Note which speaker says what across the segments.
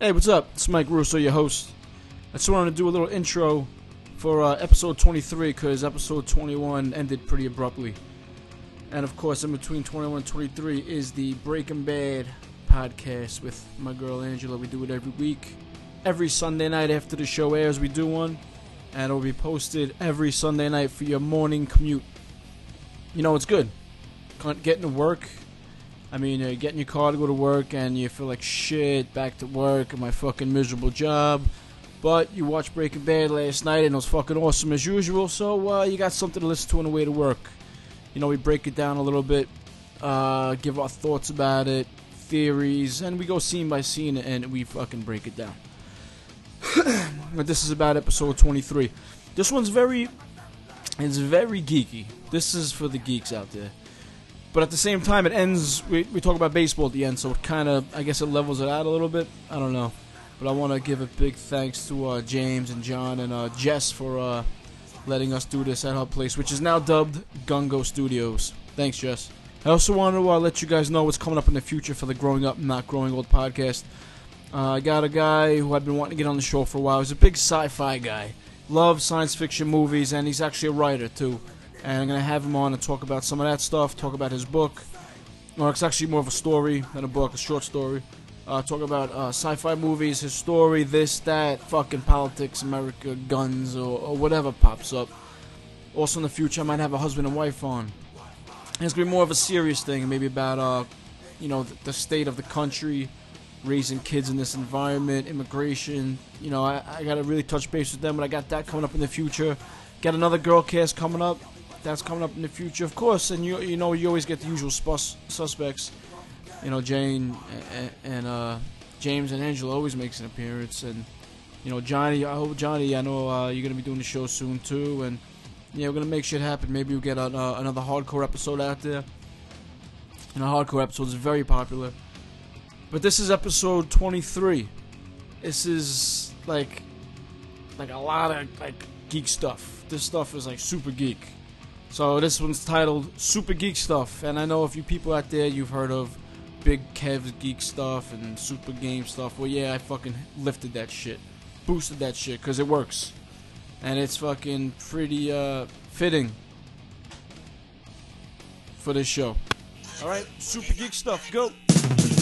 Speaker 1: Hey, what's up? It's Mike Russo, your host. I just wanted to do a little intro for uh, episode 23 because episode 21 ended pretty abruptly. And of course, in between 21 and 23 is the Breaking Bad podcast with my girl Angela. We do it every week. Every Sunday night after the show airs, we do one. And it'll be posted every Sunday night for your morning commute. You know, it's good. Con- Getting to work, I mean, uh, get in your car to go to work and you feel like shit, back to work, and my fucking miserable job. But you watched Breaking Bad last night and it was fucking awesome as usual, so uh, you got something to listen to on the way to work. You know, we break it down a little bit, uh, give our thoughts about it, theories, and we go scene by scene and we fucking break it down. but this is about episode 23. This one's very. It's very geeky. This is for the geeks out there. But at the same time, it ends. We, we talk about baseball at the end, so it kind of, I guess, it levels it out a little bit. I don't know, but I want to give a big thanks to uh, James and John and uh, Jess for uh, letting us do this at her place, which is now dubbed Gungo Studios. Thanks, Jess. I also want to uh, let you guys know what's coming up in the future for the Growing Up Not Growing Old podcast. Uh, I got a guy who I've been wanting to get on the show for a while. He's a big sci-fi guy, loves science fiction movies, and he's actually a writer too and I'm gonna have him on and talk about some of that stuff. Talk about his book, or it's actually more of a story than a book, a short story. Uh, talk about uh, sci-fi movies, his story, this, that, fucking politics, America, guns, or, or whatever pops up. Also in the future, I might have a husband and wife on. And it's gonna be more of a serious thing, maybe about uh, you know, the, the state of the country, raising kids in this environment, immigration. You know, I, I gotta really touch base with them, but I got that coming up in the future. Got another girl cast coming up that's coming up in the future, of course. And you you know you always get the usual spus- suspects. You know Jane and, and uh, James and Angela always makes an appearance, and you know Johnny. I hope Johnny. I know uh, you're gonna be doing the show soon too, and yeah, we're gonna make shit happen. Maybe we'll get an, uh, another hardcore episode out there. And a hardcore episode is very popular. But this is episode 23. This is like like a lot of like geek stuff. This stuff is like super geek. So this one's titled Super Geek Stuff, and I know a few people out there you've heard of Big Kev's Geek Stuff and Super Game Stuff. Well, yeah, I fucking lifted that shit, boosted that shit, cause it works, and it's fucking pretty uh, fitting for this show. All right, Super Geek Stuff, go.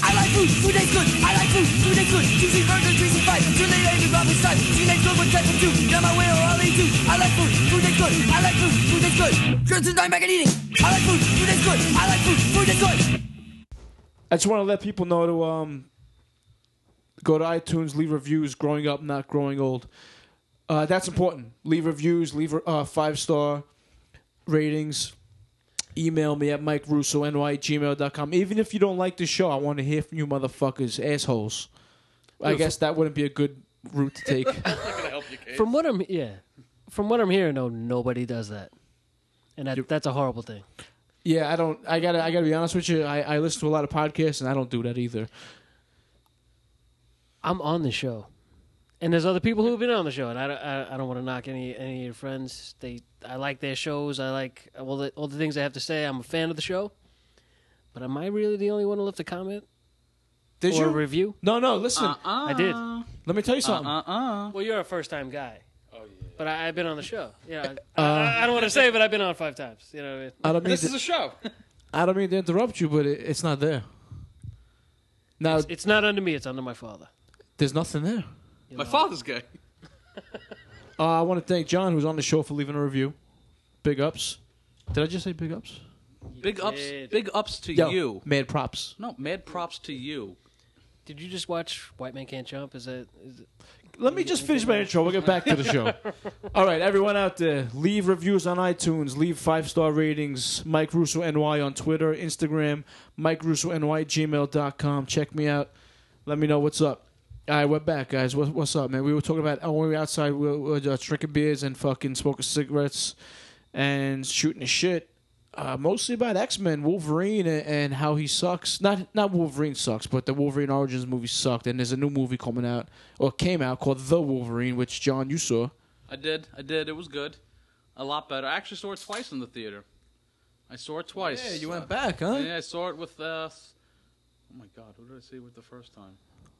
Speaker 2: I like food, food tastes good. I like food, food tastes good. Juicy burger, juicy fight. Too late, ain't probably start. She makes good with type of two. Now my way or I'll eat two. I like food, food tastes good. I like food, food tastes good. Just dying back and eating. I like food, food tastes good. I like food, food tastes good.
Speaker 1: I just want to let people know to um, go to iTunes, leave reviews. Growing up, not growing old. Uh, that's important. Leave reviews, leave uh, five star ratings. Email me at mike russo ny at gmail.com. Even if you don't like the show, I want to hear from you, motherfuckers, assholes. I guess that wouldn't be a good route to take.
Speaker 3: From what I'm yeah, from what I'm hearing, no, nobody does that, and that, that's a horrible thing.
Speaker 1: yeah, I don't. I gotta. I gotta be honest with you. I, I listen to a lot of podcasts, and I don't do that either.
Speaker 3: I'm on the show, and there's other people who've been on the show, and I don't, I, I don't want to knock any any of your friends. They I like their shows. I like all the all the things they have to say. I'm a fan of the show, but am I really the only one who left a comment
Speaker 1: Did
Speaker 3: or
Speaker 1: you?
Speaker 3: a review?
Speaker 1: no, no.
Speaker 4: Uh,
Speaker 1: Listen.
Speaker 4: Um,
Speaker 3: I did.
Speaker 1: Let me tell you
Speaker 4: Uh-uh.
Speaker 1: something.
Speaker 3: Well, you're a first time guy. Oh yeah. But I, I've been on the show. Yeah. I, I, I don't want to say, but I've been on five times. You know what I mean?
Speaker 1: I don't mean
Speaker 4: This
Speaker 1: to-
Speaker 4: is a show.
Speaker 1: I don't mean to interrupt you, but it, it's not there. Now
Speaker 3: It's not under me. It's under my father.
Speaker 1: there's nothing there.
Speaker 4: My father's gay.
Speaker 1: Uh, I want to thank John, who's on the show, for leaving a review. Big ups. Did I just say big ups?
Speaker 4: Big ups.
Speaker 3: did.
Speaker 4: Big ups to
Speaker 1: Yo,
Speaker 4: you.
Speaker 1: Mad props.
Speaker 4: No, mad props to you.
Speaker 3: Did you just watch White Man Can't Jump? Is that is it,
Speaker 1: Let me just finish my intro. We'll get back to the show. All right, everyone out there, leave reviews on iTunes, leave five star ratings. Mike Russo NY on Twitter, Instagram, Mike Russo NY gmail.com. Check me out. Let me know what's up. All right, we're back, guys. What, what's up, man? We were talking about oh, when we were outside, we were, we were uh, drinking beers and fucking smoking cigarettes and shooting the shit. Uh, mostly about X Men, Wolverine, and, and how he sucks. Not not Wolverine sucks, but the Wolverine Origins movie sucked. And there's a new movie coming out or came out called The Wolverine, which John you saw.
Speaker 4: I did. I did. It was good. A lot better. I actually saw it twice in the theater. I saw it twice.
Speaker 1: back,
Speaker 4: Uh,
Speaker 1: huh?
Speaker 4: yeah, I saw it with. Uh, s- oh my God! Who did I see with the first time?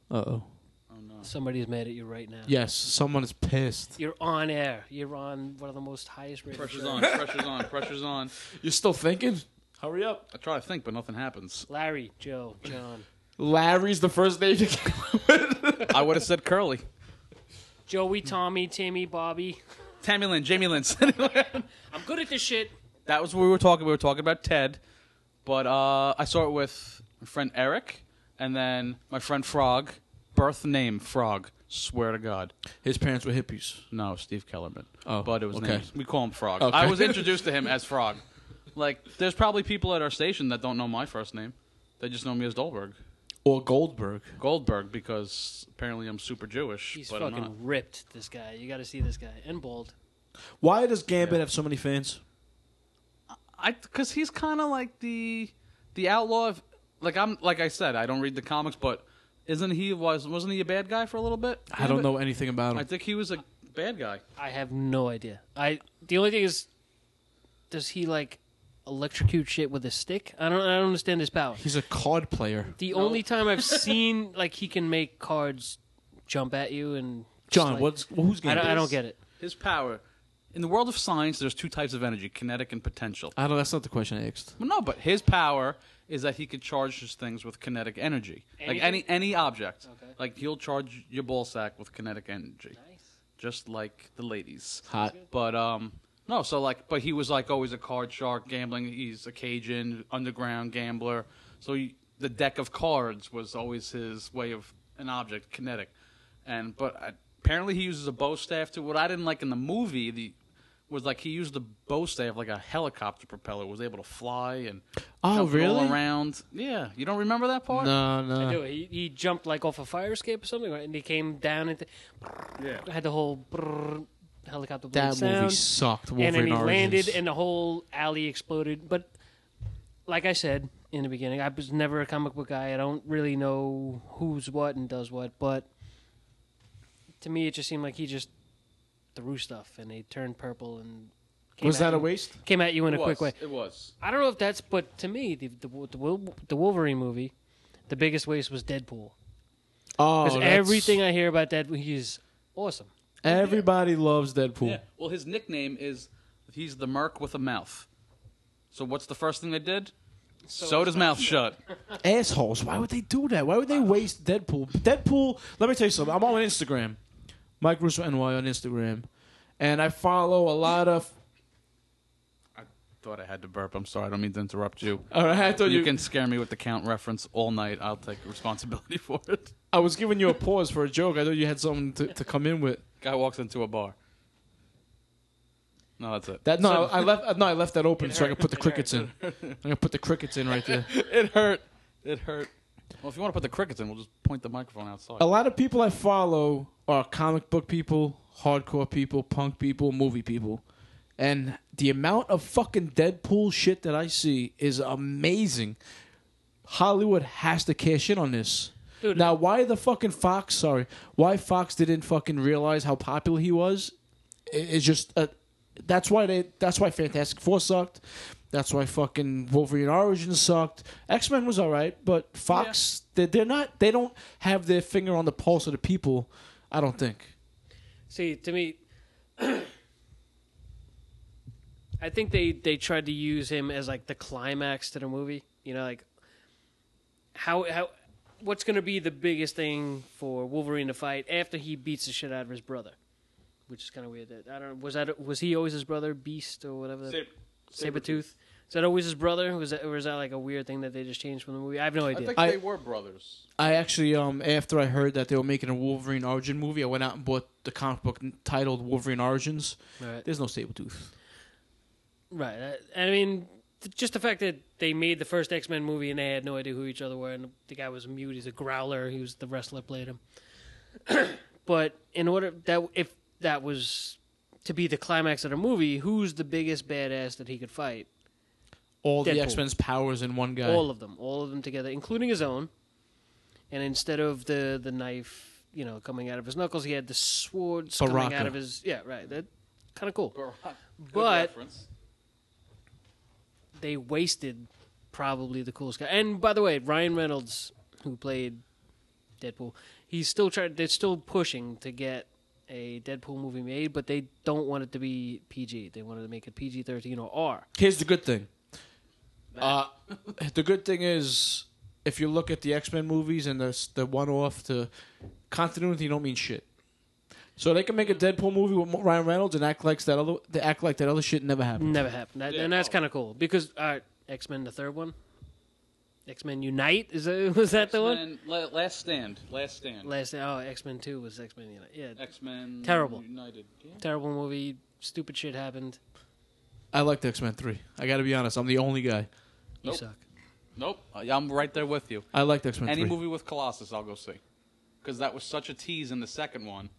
Speaker 1: Uh oh.
Speaker 4: Oh no!
Speaker 3: Somebody's mad at you right now.
Speaker 5: Yes.
Speaker 1: Someone is pissed.
Speaker 3: You're on air. You're on one of the most highest rated.
Speaker 4: Pressure's
Speaker 3: shows.
Speaker 4: on. Pressure's on. Pressure's on.
Speaker 5: You're still thinking? Hurry up.
Speaker 4: I try to think, but nothing happens.
Speaker 3: Larry, Joe, John.
Speaker 5: Larry's the first name you came up with.
Speaker 4: I would have said Curly,
Speaker 3: Joey, Tommy, Timmy, Bobby.
Speaker 4: Tammy Lynn, Jamie Lynn.
Speaker 3: I'm good at this shit.
Speaker 4: that was what we were talking. We were talking about Ted, but uh, I saw it with my friend Eric, and then my friend Frog. Birth name Frog. Swear to God,
Speaker 5: His parents were hippies.
Speaker 4: no, Steve Kellerman.
Speaker 5: Oh,
Speaker 4: but it was
Speaker 5: okay.
Speaker 4: names. We call him Frog.
Speaker 5: Okay.
Speaker 4: I was introduced to him as Frog. Like, there's probably people at our station that don't know my first name. They just know me as Dolberg.
Speaker 1: Or Goldberg.
Speaker 4: Goldberg because apparently I'm super Jewish.
Speaker 3: He's
Speaker 4: but I'm not.
Speaker 3: fucking ripped, this guy. You got to see this guy. And bald.
Speaker 1: Why does Gambit
Speaker 4: Yeah.
Speaker 1: have so many fans?
Speaker 4: I because he's kind of like the the outlaw. Of, like I'm like I said, I don't read the comics, but isn't he was wasn't he a bad guy for a little bit?
Speaker 1: I don't know anything about
Speaker 4: I
Speaker 1: him.
Speaker 4: think he was a bad guy.
Speaker 3: I have no idea. I the only thing is, does he like electrocute shit with a stick? I don't. I don't understand his power.
Speaker 1: He's a card player.
Speaker 3: The only time I've seen like he can make cards jump at you and just,
Speaker 1: John,
Speaker 3: like-
Speaker 1: what's who's
Speaker 3: I
Speaker 1: Gambit?
Speaker 3: don't, I don't get it.
Speaker 4: His power in the world of science, there's two types of energy: kinetic and potential.
Speaker 1: I don't. That's not the question I asked.
Speaker 4: Well, no, but his power is that he could charge his things with kinetic energy, like any
Speaker 3: Anything?
Speaker 4: any object.
Speaker 3: Okay.
Speaker 4: Like he'll charge your ball sack with kinetic energy.
Speaker 3: Nice.
Speaker 4: just like the ladies.
Speaker 1: Hot.
Speaker 4: But um no, so like but he was like always a card shark gambling. He's a Cajun underground gambler. So he, the deck of cards was always his way of an object kinetic. And but I, apparently he uses a bow staff too. What I didn't like in the movie the was like he used the bow staff like a helicopter propeller was able to fly and
Speaker 1: Oh,
Speaker 4: jump it all
Speaker 1: really?
Speaker 4: around. Yeah, you don't remember that part?
Speaker 1: No,
Speaker 3: I
Speaker 1: no.
Speaker 3: do. He, he jumped like off a fire escape or something, right? and he came down and
Speaker 4: Yeah.
Speaker 3: had the whole brrr, helicopter blade
Speaker 1: That
Speaker 3: sound.
Speaker 1: movie sucked. Wolverine
Speaker 3: and then he
Speaker 1: Origins.
Speaker 3: landed, and the whole alley exploded. But like I said in the beginning, I was never a comic book guy. I don't really know who's what and does what. But to me, it just seemed like he just threw stuff, and they turned purple and came
Speaker 5: was
Speaker 3: at
Speaker 5: that a
Speaker 3: you-
Speaker 5: waste?
Speaker 3: Came at you in a quick way.
Speaker 4: It was.
Speaker 3: I don't know if that's, but to me, the the, the, Wol- the Wolverine movie, the biggest waste was Deadpool.
Speaker 1: oh,
Speaker 3: Because
Speaker 1: that's-
Speaker 3: everything I hear about Deadpool, he's awesome.
Speaker 1: Everybody loves Deadpool.
Speaker 4: Yeah. Well, his nickname is he's the Merc with a mouth. So what's the first thing they did? Sewed his mouth shut.
Speaker 1: assholes. Why would they do that? Why would they waste Deadpool? Deadpool. Let me tell you something. I'm on Instagram, Mike Russo NY on Instagram, and I follow a lot of.
Speaker 4: I thought I had to burp. I'm sorry. I don't mean to interrupt you.
Speaker 1: All right, I thought
Speaker 4: Uh, You
Speaker 1: you.
Speaker 4: can scare me with the count reference all night. I'll take responsibility for it.
Speaker 1: I was giving you a pause for a joke. I thought you had something to, to come in with.
Speaker 4: Guy walks into a bar. No, that's it.
Speaker 1: That no, I left. No, I left that open so I could put the crickets in. I'm gonna put the crickets in right there.
Speaker 4: it hurt. It hurt. Well, if you want to put the crickets in, we'll just point the microphone outside.
Speaker 1: a lot of people I follow are comic book people, hardcore people, punk people, movie people. And the amount of fucking Deadpool shit that I see is amazing. Hollywood has to cash in on this.
Speaker 3: Dude.
Speaker 1: Now, why the fucking Fox, sorry, why Fox didn't fucking realize how popular he was i- is just, uh, that's why they, that's why Fantastic Four sucked. That's why fucking Wolverine Origins sucked. X Men was all right, but Fox they they're not they don't have their finger on the pulse of the people. I don't think.
Speaker 3: See, to me, I think they they tried to use him as like the climax to the movie. You know, like how how what's going to be the biggest thing for Wolverine to fight after he beats the shit out of his brother, which is kind of weird. That I don't was that was he always his brother Beast or whatever that, Sabretooth. Is that always his brother? Was that, or is that like a weird thing that they just changed from the movie? I have no idea.
Speaker 1: I-
Speaker 4: were brothers.
Speaker 1: I actually um after I heard that they were making a Wolverine Origin movie, I went out and bought the comic book n- titled Wolverine Origins.
Speaker 3: Right.
Speaker 1: There's no Sabretooth.
Speaker 3: Right. I, I mean, th- just the fact that they made the first X Men movie and they had no idea who each other were, and the guy was mute. He's a growler. He was the wrestler played him. but in order that if that was to be the climax of the movie, who's the biggest badass that he could fight?
Speaker 1: All the
Speaker 3: Deadpool.
Speaker 1: X Men's powers in one guy.
Speaker 3: All of them, all of them together, including his own. And instead of the the knife, you know, coming out of his knuckles, he had the swords coming
Speaker 1: Baraka.
Speaker 3: out of his. Yeah, right. That kind of cool. But- they wasted probably the coolest guy. And by the way, Ryan Reynolds, who played Deadpool, he's still trying. They're still pushing to get a Deadpool movie made, but they don't want it to be PG. They wanted to make it PG thirteen or R.
Speaker 1: Here's the good thing. Uh, the good thing is, if you look at the X Men movies and the the one off, the continuity don't mean shit. So they can make a Deadpool movie with Ryan Reynolds and act like that other, they act like that other shit never happened.
Speaker 3: Never happened, That- and that's kind of cool because uh, X Men the third one, X Men Unite is that, was that the one?
Speaker 4: X-Men, La- Last Stand. Last Stand.
Speaker 3: Last oh X Men Two was X Men Unite. Yeah,
Speaker 4: X Men.
Speaker 3: Terrible.
Speaker 4: United. Yeah.
Speaker 3: terrible movie. Stupid shit happened.
Speaker 1: I liked X Men three. I got to be honest. I'm the only guy.
Speaker 3: You
Speaker 4: Nope.
Speaker 3: suck.
Speaker 4: Nope. I- I'm right there with you.
Speaker 1: I liked X Men
Speaker 4: Any
Speaker 1: three.
Speaker 4: movie with Colossus, I'll go see. Because that was such a tease in the second one.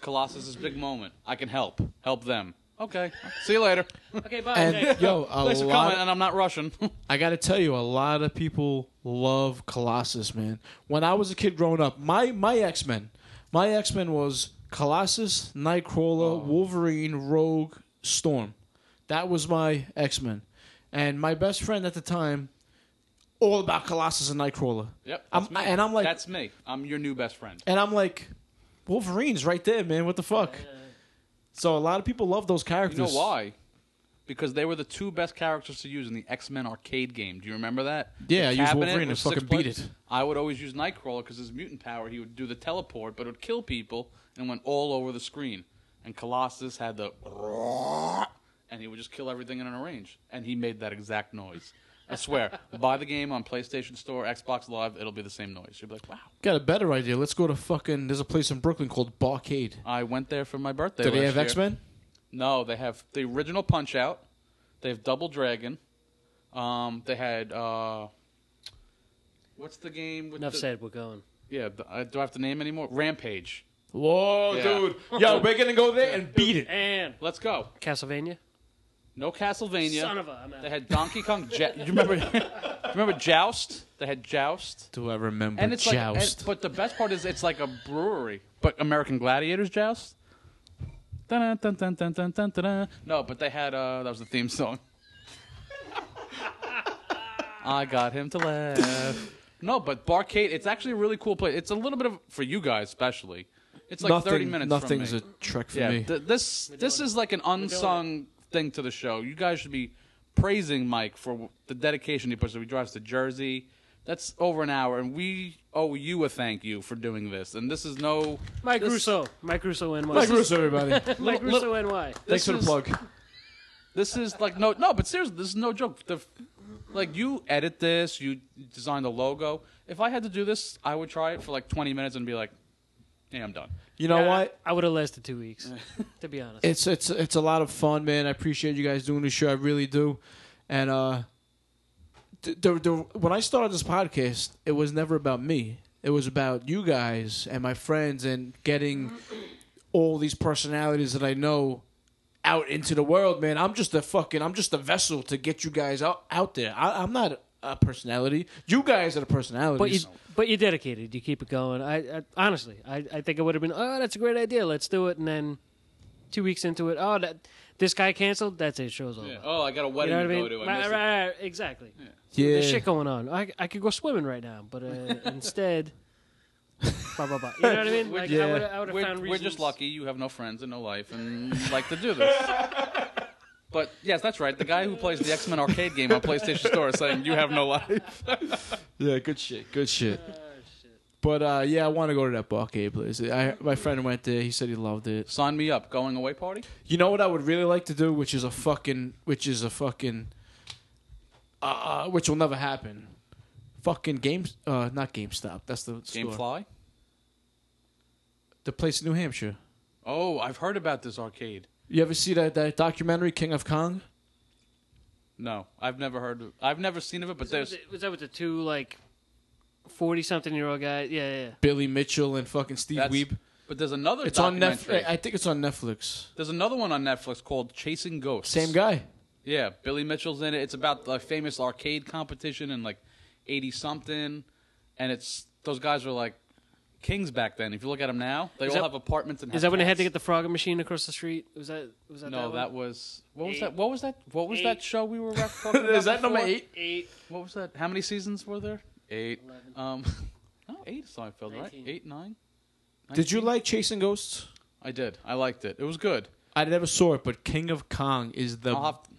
Speaker 4: Colossus's big moment. I can help. Help them. Okay. See you later.
Speaker 3: Okay, bye.
Speaker 1: and yo, a
Speaker 4: Thanks for
Speaker 1: lot.
Speaker 4: coming, and I'm not Russian.
Speaker 1: I got to tell you, a lot of people love Colossus, man. When I was a kid growing up, my my X Men, my X Men was Colossus, Nightcrawler, Wolverine, Rogue, Storm. That was my X Men, and my best friend at the time, all about Colossus and Nightcrawler.
Speaker 4: yep.
Speaker 1: I'm-
Speaker 4: that's me.
Speaker 1: and I'm like-
Speaker 4: that's me. I'm your new best friend.
Speaker 1: And I'm like, Wolverine's right there, man. What the fuck? So a lot of people love those
Speaker 4: You
Speaker 1: characters.
Speaker 4: know why? Because they were the two best characters to use in the X Men arcade game. Do you remember that?
Speaker 1: Yeah, I used
Speaker 4: the cabinet
Speaker 1: Wolverine and
Speaker 4: was six
Speaker 1: fucking beat
Speaker 4: buttons.
Speaker 1: it.
Speaker 4: I would always use Nightcrawler because his mutant power, he would do the teleport, but it would kill people and went all over the screen. And Colossus had the and he would just kill everything in a range. And he made that exact noise. I swear, buy the game on PlayStation Store, Xbox Live, it'll be the same noise. You'll be like, wow.
Speaker 1: Got a better idea. Let's go to fucking. There's a place in Brooklyn called Barcade.
Speaker 4: I went there for my birthday.
Speaker 1: Do they
Speaker 4: last
Speaker 1: have
Speaker 4: year.
Speaker 1: X Men?
Speaker 4: No, they have the original Punch Out. They have Double Dragon. Um, they had uh, what's the game? With
Speaker 3: Enough
Speaker 4: the,
Speaker 3: said. We're going.
Speaker 4: Yeah, th- I- do I have to name anymore? Rampage.
Speaker 1: Whoa,
Speaker 4: Yeah.
Speaker 1: dude. Yo, we're gonna go there and beat it.
Speaker 3: And
Speaker 4: Let's go.
Speaker 3: Castlevania.
Speaker 4: No Castlevania.
Speaker 3: Son of a. I'm out.
Speaker 4: They had Donkey Kong. Ja- you remember? you remember Joust? They had Joust.
Speaker 1: Do I remember
Speaker 4: And it's like,
Speaker 1: Joust?
Speaker 4: and- but the best part is it's like a brewery, but American Gladiators Joust. Dun dun dun dun dun dun dun. No, but they had uh, that was the theme song. I got him to laugh. No, but Barcade, it's actually a really cool place. It's a little bit of for you guys especially. It's like
Speaker 1: nothing,
Speaker 4: thirty minutes.
Speaker 1: Nothing's
Speaker 4: from me.
Speaker 1: a trek for
Speaker 4: yeah.
Speaker 1: me.
Speaker 4: th- this this is like an unsung thing to the show. You guys should be praising Mike for w- the dedication he puts. He drives to Jersey. That's over an hour, and we owe you a thank you for doing this. And this is no
Speaker 3: Mike
Speaker 4: this-
Speaker 3: Russo. Mike Russo NY.
Speaker 1: Mike Russo, everybody.
Speaker 3: Mike Russo NY.
Speaker 1: Thanks for the
Speaker 4: is-
Speaker 1: plug.
Speaker 4: This is like no, no, but seriously, this is no joke. The, f- like you edit this, you design the logo. If I had to do this, I would try it for like 20 minutes and be like, "Hey, I'm done."
Speaker 1: You know what?
Speaker 3: I would have lasted two weeks, to be honest.
Speaker 1: It's it's it's a lot of fun, man. I appreciate you guys doing the show. I really do. And uh, the, the, the when I started this podcast, it was never about me. It was about you guys and my friends and getting all these personalities that I know out into the world, man. I'm just a fucking I'm just a vessel to get you guys out out there. I, I'm not a personality. You guys are the personalities.
Speaker 3: but you, but you're dedicated. You keep it going. I, I honestly, I, I think it would have been. Oh, that's a great idea. Let's do it. And then, two weeks into it, oh, that this guy canceled. That's it. Show's over.
Speaker 4: Yeah. Oh, I got a
Speaker 3: You
Speaker 4: wedding
Speaker 3: know what I
Speaker 4: to
Speaker 3: mean?
Speaker 4: go to. I
Speaker 3: Right,
Speaker 4: missed it.
Speaker 3: right, right, exactly.
Speaker 1: yeah.
Speaker 3: There's shit going on. I, I could go swimming right now, but uh, instead, blah blah blah. You know what I mean? Like, I
Speaker 1: Yeah.
Speaker 3: would I would have
Speaker 4: We're,
Speaker 3: found
Speaker 4: we're
Speaker 3: reasons.
Speaker 4: just lucky you have no friends and no life and like to do this. But yes, that's right. The guy who plays the X Men arcade game on PlayStation Store is saying you have no life.
Speaker 1: Yeah, good shit. Good shit.
Speaker 4: Oh,
Speaker 1: But uh, yeah, I want to go to that barcade place. I, my friend went there. He said he loved it.
Speaker 4: Sign me up. Going away party.
Speaker 1: You know what I would really like to do, which is a fucking, which is a fucking, uh, which will never happen. Fucking game, uh, not GameStop. That's the store.
Speaker 4: Gamefly.
Speaker 1: The place in New Hampshire.
Speaker 4: Oh, I've heard about this arcade.
Speaker 1: You ever see that that documentary King of Kong?
Speaker 4: No, I've never heard. Of, I've never seen of it. But
Speaker 3: Was that,
Speaker 4: there's
Speaker 3: with the, was that with the two like forty something year old guys? Yeah, yeah, yeah.
Speaker 1: Billy Mitchell and fucking Steve
Speaker 4: That's-
Speaker 1: Weeb.
Speaker 4: But there's another.
Speaker 1: It's on
Speaker 4: documentary.
Speaker 1: Netflix. I think it's on Netflix.
Speaker 4: There's another one on Netflix called Chasing Ghosts.
Speaker 1: Same guy.
Speaker 4: Yeah, Billy Mitchell's in it. It's about the famous arcade competition in like eighty something, and it's those guys were like kings back then. If you look at them now, they
Speaker 3: Is
Speaker 4: all
Speaker 3: that-
Speaker 4: have apartments and.
Speaker 3: Is that when they had to get the Frogger machine across the street? Was that was that
Speaker 4: No,
Speaker 3: that,
Speaker 4: that
Speaker 3: one?
Speaker 4: was what was that? What was that? What was
Speaker 3: Eight.
Speaker 4: that show we were rep- talking about?
Speaker 1: Is that number
Speaker 4: before?
Speaker 1: eight?
Speaker 3: eight.
Speaker 4: What was that? How many seasons were there? Eight. Um, no, eight Seinfeld, right?
Speaker 3: Nineteen.
Speaker 4: Eight, nine.
Speaker 1: Did you
Speaker 4: Nineteen?
Speaker 1: like Chasing Ghosts?
Speaker 4: I did. I liked it. It was good.
Speaker 1: I never saw it, but King of Kong is the
Speaker 4: I'll have to,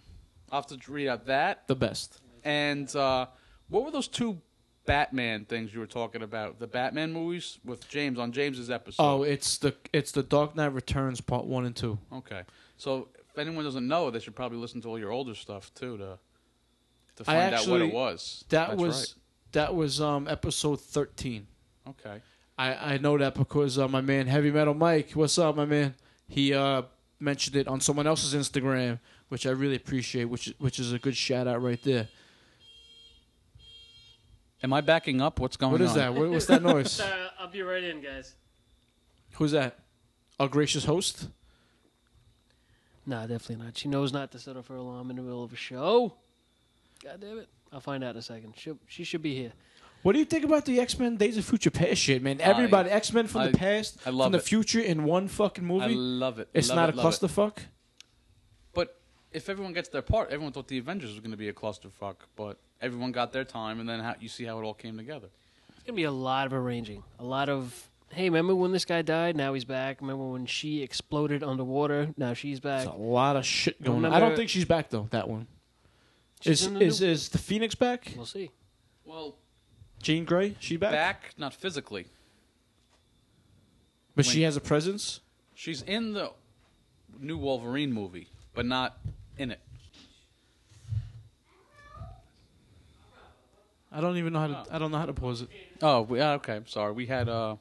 Speaker 4: I'll have to read out that
Speaker 1: the best.
Speaker 4: and uh, what were those two Batman things you were talking about? The Batman movies with James on James's episode.
Speaker 1: Oh, it's the it's the Dark Knight Returns part one and two.
Speaker 4: Okay. So if anyone doesn't know, they should probably listen to all your older stuff too to to
Speaker 1: I
Speaker 4: find out what
Speaker 1: actually-
Speaker 4: it was.
Speaker 1: That
Speaker 4: That's
Speaker 1: was that was um episode thirteen.
Speaker 4: right. okay.
Speaker 1: I, I know that because uh, my man Heavy Metal Mike, what's up, my man? He uh, mentioned it on someone else's Instagram, which I really appreciate, which which is a good shout out right there.
Speaker 4: Am I backing up? What's going
Speaker 1: What
Speaker 4: on?
Speaker 1: is that? What, what's that noise?
Speaker 3: I'll be right in, guys.
Speaker 1: Who's that? Our gracious host.
Speaker 3: Nah, definitely not. She knows not to set off her alarm in the middle of a show. God damn it. I'll find out in a second. She she should be here.
Speaker 1: What do you think about the X Men Days of Future Past shit, man?
Speaker 4: I-
Speaker 1: Everybody, X Men from
Speaker 4: I-
Speaker 1: the past,
Speaker 4: I love
Speaker 1: from the
Speaker 4: it.
Speaker 1: future, in one fucking
Speaker 4: I
Speaker 1: movie.
Speaker 4: love it.
Speaker 1: it's
Speaker 4: Love
Speaker 1: not
Speaker 4: it,
Speaker 1: a
Speaker 4: love it.
Speaker 1: clusterfuck.
Speaker 4: But if everyone gets their part, everyone thought the Avengers was going to be a clusterfuck, but everyone got their time, and then how, you see how it all came together.
Speaker 3: It's gonna be a lot of arranging. A lot of hey, remember when this guy died? Now he's back. Remember when she exploded underwater? Now she's back.
Speaker 1: It's a lot of shit going on. I
Speaker 3: Remember-
Speaker 1: don't think she's back though. That one
Speaker 3: She's
Speaker 1: is
Speaker 3: in the
Speaker 1: is
Speaker 3: new-
Speaker 1: is the Phoenix back?
Speaker 3: We'll see.
Speaker 4: Well,
Speaker 1: Jean Grey, she back?
Speaker 4: back, not physically.
Speaker 1: but
Speaker 4: when-
Speaker 1: she has a presence.
Speaker 4: She's in the new Wolverine movie, but not in it.
Speaker 1: I don't even know how to. I don't know how to pause it.
Speaker 4: Oh, we, uh, okay. I'm sorry. We had uh,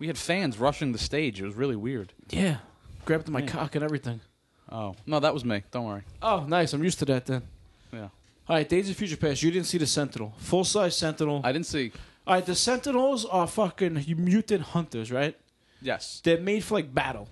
Speaker 4: we had fans rushing the stage. It was really weird.
Speaker 1: Yeah, grabbed my cock and everything.
Speaker 4: Oh no, that was me. Don't worry.
Speaker 1: Oh, nice. I'm used to that then.
Speaker 4: Yeah,
Speaker 1: All right, Days of Future Past. You didn't see the Sentinel, full size Sentinel.
Speaker 4: I didn't see.
Speaker 1: All right, the Sentinels are fucking mutant hunters, right?
Speaker 4: Yes,
Speaker 1: They're made for like battle.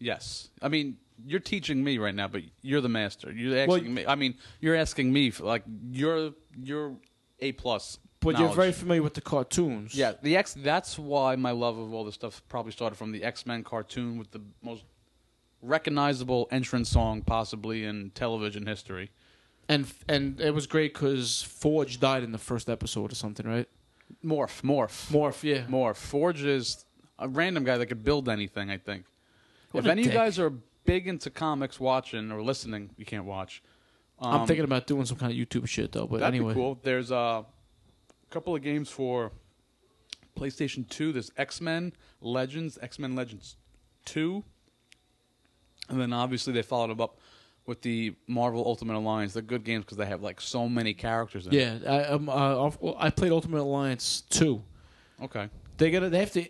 Speaker 4: yes. I mean, you're teaching me right now, but you're the master. You're asking me. I mean, you're asking me for like you're you're a plus.
Speaker 1: But you're
Speaker 4: knowledge.
Speaker 1: very familiar with the cartoons.
Speaker 4: Yeah, the X. That's why my love of all this stuff probably started from the X Men cartoon with the most recognizable entrance song possibly in television history.
Speaker 1: and and it was great because Forge died in the first episode or something, right?
Speaker 4: Morph, morph,
Speaker 1: Morph, yeah.
Speaker 4: morph. Forge is a random guy that could build anything. I think.
Speaker 1: What
Speaker 4: if
Speaker 1: a
Speaker 4: any of
Speaker 1: dick.
Speaker 4: you guys are big into comics, watching or listening, you can't watch. Um,
Speaker 1: I'm thinking about doing some kind of YouTube shit though. But
Speaker 4: That'd
Speaker 1: anyway,
Speaker 4: be cool. There's uh, a couple of games for PlayStation 2. There's X Men Legends, X Men Legends 2. And then obviously they followed up with the Marvel Ultimate Alliance. They're good games because they have like so many characters in
Speaker 1: yeah. I um, uh, I've- well, I played Ultimate Alliance two.
Speaker 4: it. Okay.
Speaker 1: They gotta. They have to.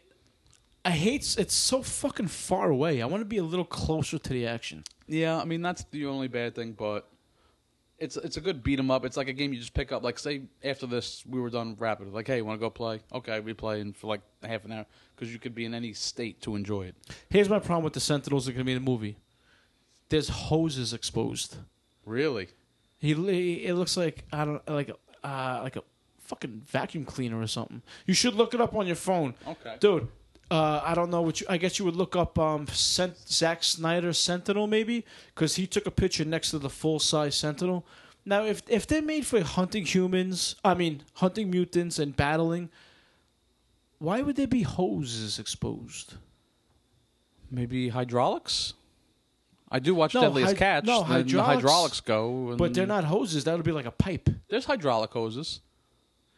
Speaker 1: I hate. s- It's so fucking far away. I want to be a little closer to the action.
Speaker 4: Yeah, I mean that's the only bad thing, but it's it's a good beat 'em up. It's like a game you just pick up. Like say after this we were done rapid. Like hey, you want to go play? Okay, we play in for like half an hour because you could be in any state to enjoy it.
Speaker 1: Here's my problem with the Sentinels. Are gonna be in the movie. There's hoses exposed.
Speaker 4: Really?
Speaker 1: He. li- It looks like I don't like a- uh like a fucking vacuum cleaner or something. You should look it up on your phone,
Speaker 4: Okay.
Speaker 1: dude. Uh, I don't know what you. I guess you would look up um Sent- Zack Snyder Sentinel maybe because he took a picture next to the full size Sentinel. Now if if they're made for hunting humans, I mean hunting mutants and battling, why would there be hoses exposed?
Speaker 4: Maybe hydraulics. I do watch
Speaker 1: No,
Speaker 4: Deadliest
Speaker 1: hyd-
Speaker 4: Catch.
Speaker 1: no,
Speaker 4: and the
Speaker 1: hydraulics-
Speaker 4: hydraulics go, and
Speaker 1: But they're not hoses. That would be like a pipe.
Speaker 4: There's hydraulic hoses,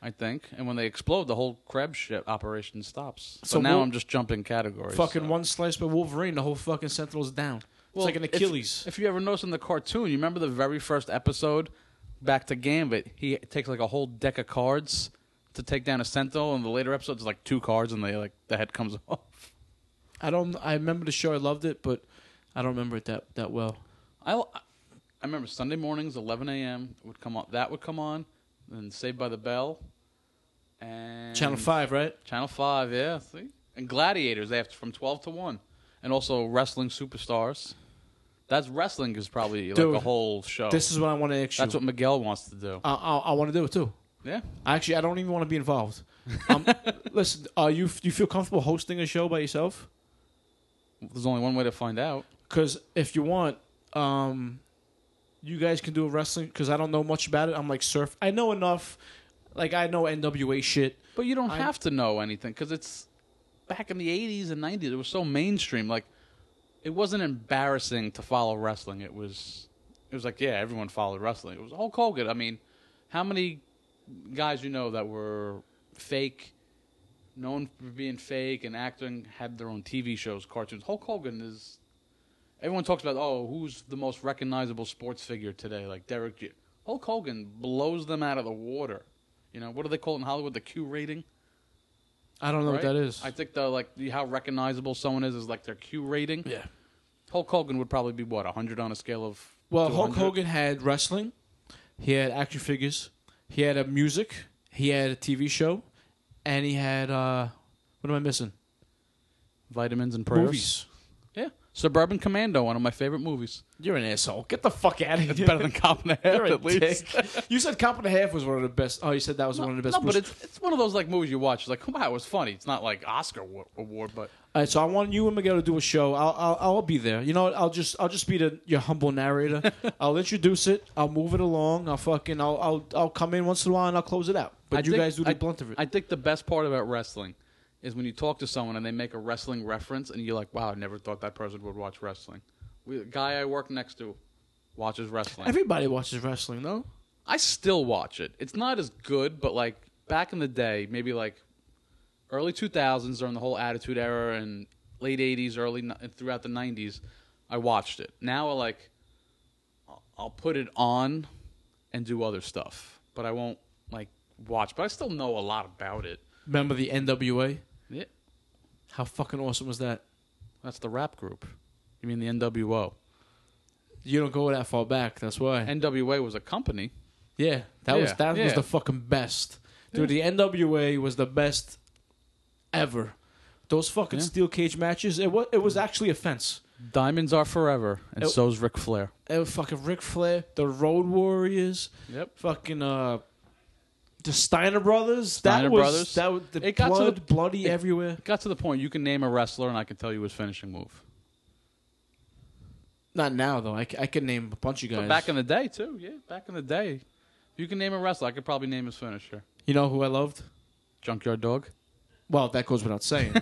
Speaker 4: I think. And when they explode, the whole Krebs ship operation stops. So
Speaker 1: So
Speaker 4: now
Speaker 1: we'll-
Speaker 4: I'm just jumping categories.
Speaker 1: Fucking
Speaker 4: so.
Speaker 1: one slice by Wolverine, the whole fucking Sentinel's down.
Speaker 4: Well,
Speaker 1: it's like an
Speaker 4: if-
Speaker 1: Achilles.
Speaker 4: If, you ever notice in the cartoon, you remember the very first episode, back to Gambit. He takes like a whole deck of cards to take down a Sentinel, and the later episodes is like two cards, and they like the head comes off.
Speaker 1: I don't. I remember the show. I loved it, but I don't remember it that that well.
Speaker 4: I, I remember Sunday mornings, 11 a.m. would come on. That would come on, and Saved by the Bell, and
Speaker 1: Channel Five, right?
Speaker 4: Channel Five, yeah. See, and Gladiators after from 12 to one, and also Wrestling Superstars. That's wrestling is probably
Speaker 1: Dude,
Speaker 4: like a whole show.
Speaker 1: This is Uh, what I want to actually.
Speaker 4: Oh. That's what Miguel wants to do.
Speaker 1: I, I, I want to do it too.
Speaker 4: yeah,
Speaker 1: Actually, I don't even want to be involved. Um, listen, are you do you feel comfortable hosting a show by yourself?
Speaker 4: there's only one way to find out.
Speaker 1: Because if you want, um, you guys can do a wrestling. Because I don't know much about it. I'm like surf. I know enough. Like I know NWA shit.
Speaker 4: But you don't have to know anything because it's back in the 80s and 90s. It was so mainstream. Like, it wasn't embarrassing to follow wrestling. It was, it was like, yeah, everyone followed wrestling. It was Hulk Hogan. I mean, how many guys you know that were fake, known for being fake and acting, had their own TV shows, cartoons? Hulk Hogan is. Everyone talks about oh, who's the most recognizable sports figure today? Like Derek G. Hulk Hogan blows them out of the water. You know what do they call it in Hollywood? The Q rating.
Speaker 1: I don't know
Speaker 4: Right?
Speaker 1: what that is.
Speaker 4: I think the like the- how recognizable someone is is like their Q rating.
Speaker 1: yeah.
Speaker 4: Hulk Hogan would probably be what hundred on a scale of
Speaker 1: Well,
Speaker 4: 200?
Speaker 1: Hulk Hogan had wrestling, he had action figures, he had a music, he had a TV show, and he had uh what am I missing?
Speaker 4: vitamins and prayers.
Speaker 1: Movies.
Speaker 4: Yeah, Suburban Commando, one of my favorite movies.
Speaker 1: You're an asshole. Get the fuck out of
Speaker 4: It's
Speaker 1: here.
Speaker 4: better than Cop and a Half
Speaker 1: You're a
Speaker 4: at least.
Speaker 1: dick. you said Cop and a Half was one of the best. Oh, you said that was one of the best.
Speaker 4: No, but
Speaker 1: movies.
Speaker 4: it's it's one of those like movies you watch. It's like, wow, it was funny. It's not like Oscar wa- award, but
Speaker 1: All right, so I want you and Miguel to do a show. I'll, I'll I'll be there. You know, what? I'll just I'll just be the, your humble narrator. I'll introduce it. I'll move it along. I'll fucking I'll I'll, I'll come in once in a while and I'll close it out. But
Speaker 4: I
Speaker 1: you
Speaker 4: think-
Speaker 1: guys do the
Speaker 4: I-
Speaker 1: blunt of it.
Speaker 4: I think the best part about wrestling is when you talk to someone and they make a wrestling reference, and you're like, wow, I never thought that person would watch wrestling. We, the guy I work next to watches wrestling.
Speaker 1: Everybody watches wrestling, though.
Speaker 4: I still watch it. It's not as good, but like back in the day, maybe like early 2000s during the whole Attitude Era and late 80s, early ni- and throughout the 90s, I watched it. Now I like I'll put it on and do other stuff, but I won't like watch. But I still know a lot about it.
Speaker 1: Remember the NWA?
Speaker 4: Yeah,
Speaker 1: How fucking awesome was that?
Speaker 4: that's the rap group. You mean the NWO?
Speaker 1: You don't go that far back. That's why.
Speaker 4: NWA was a company.
Speaker 1: yeah, that was
Speaker 4: Yeah,
Speaker 1: that was
Speaker 4: yeah.
Speaker 1: the fucking best, dude. The NWA was the best ever. Those fucking
Speaker 4: Yeah.
Speaker 1: steel cage matches. It was it was actually a fence.
Speaker 4: Diamonds are forever, and
Speaker 1: Oh.
Speaker 4: so's Ric Flair.
Speaker 1: It was fucking Ric Flair, the Road Warriors,
Speaker 4: Yep.
Speaker 1: fucking uh, the Steiner Brothers.
Speaker 4: Steiner
Speaker 1: that was
Speaker 4: Brothers.
Speaker 1: that was the
Speaker 4: It got to
Speaker 1: blood
Speaker 4: the-
Speaker 1: bloody
Speaker 4: it-
Speaker 1: everywhere.
Speaker 4: Got to the point you can name a wrestler and I can tell you his finishing move.
Speaker 1: Not now though. I, c- I could name a bunch of guys.
Speaker 4: But back in the day too, yeah. Back in the day, you can name a wrestler. I could probably name his finisher.
Speaker 1: you know who I loved?
Speaker 4: Junkyard Dog,
Speaker 1: Well, that goes without saying.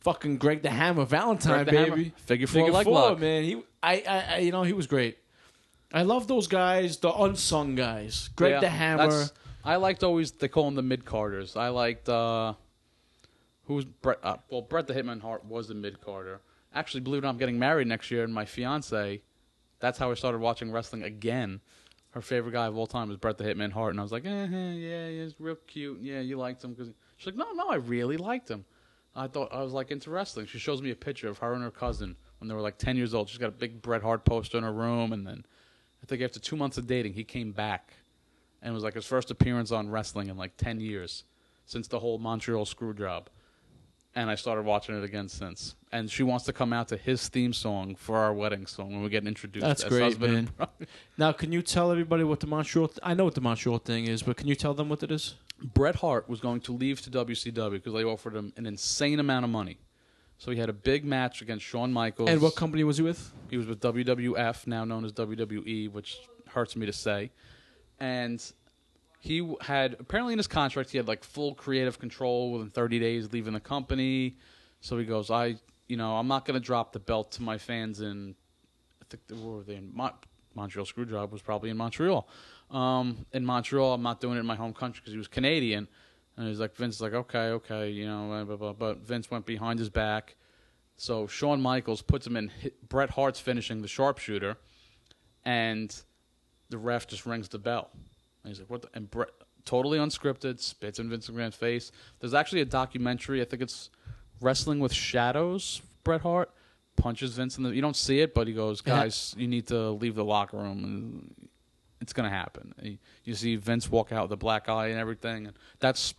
Speaker 1: fucking Greg the Hammer Valentine,
Speaker 4: Greg the
Speaker 1: baby.
Speaker 4: Hammer. figure four leg
Speaker 1: four,
Speaker 4: lock.
Speaker 1: man. He, I, I, I, you know, he was great. I love those guys, the unsung guys. Greg
Speaker 4: Yeah,
Speaker 1: the Hammer.
Speaker 4: that's- I liked always they call him the mid Carters. I liked uh, who was Brett? Uh, well, Brett the Hitman Hart was a mid Carter. Actually, believe it or not, I'm getting married next year, and my fiance. That's how I started watching wrestling again. Her favorite guy of all time was Brett the Hitman Hart, and I was like, eh, eh, yeah, he's real cute. Yeah, you liked him because she's like, no, no, I really liked him. I thought I was like into wrestling. She shows me a picture of her and her cousin when they were like ten years old. She's got a big Bret Hart poster in her room, and then I think after two months of dating, he came back and it was like his first appearance on wrestling in like 10 years since the whole Montreal screw job. And I started watching it again since. And she wants to come out to his theme song for our wedding song when we get introduced.
Speaker 1: That's
Speaker 4: as
Speaker 1: great,
Speaker 4: husband and
Speaker 1: man.
Speaker 4: bride.
Speaker 1: now, can you tell everybody what the Montreal? Th- I know what the Montreal thing is, but can you tell them what it is?
Speaker 4: Bret Hart was going to leave to WCW because they offered him an insane amount of money. So he had a big match against Shawn Michaels.
Speaker 1: And what company was he with?
Speaker 4: He was with WWF, now known as WWE, which hurts me to say. And he w- had apparently in his contract he had like full creative control within 30 days leaving the company. So he goes, I, you know, I'm not going to drop the belt to my fans in. I think they where were they in Mon- Montreal. Screwjob was probably in Montreal. Um, in Montreal, I'm not doing it in my home country because he was Canadian. And he's like, Vince is like, okay, okay, you know, blah, blah, blah. but Vince went behind his back. So Shawn Michaels puts him in hit, Bret Hart's finishing the sharpshooter, and the ref just rings the bell. And he's like, "What?" The, and Bret, totally unscripted, spits in Vince McMahon's face. There's actually a documentary. I think it's Wrestling with Shadows. Bret Hart punches Vince in the. You don't see it, but he goes,
Speaker 1: Yeah.
Speaker 4: "Guys, you need to leave the locker room." And it's gonna happen. And you- You see Vince walk out with a black eye and everything, and that's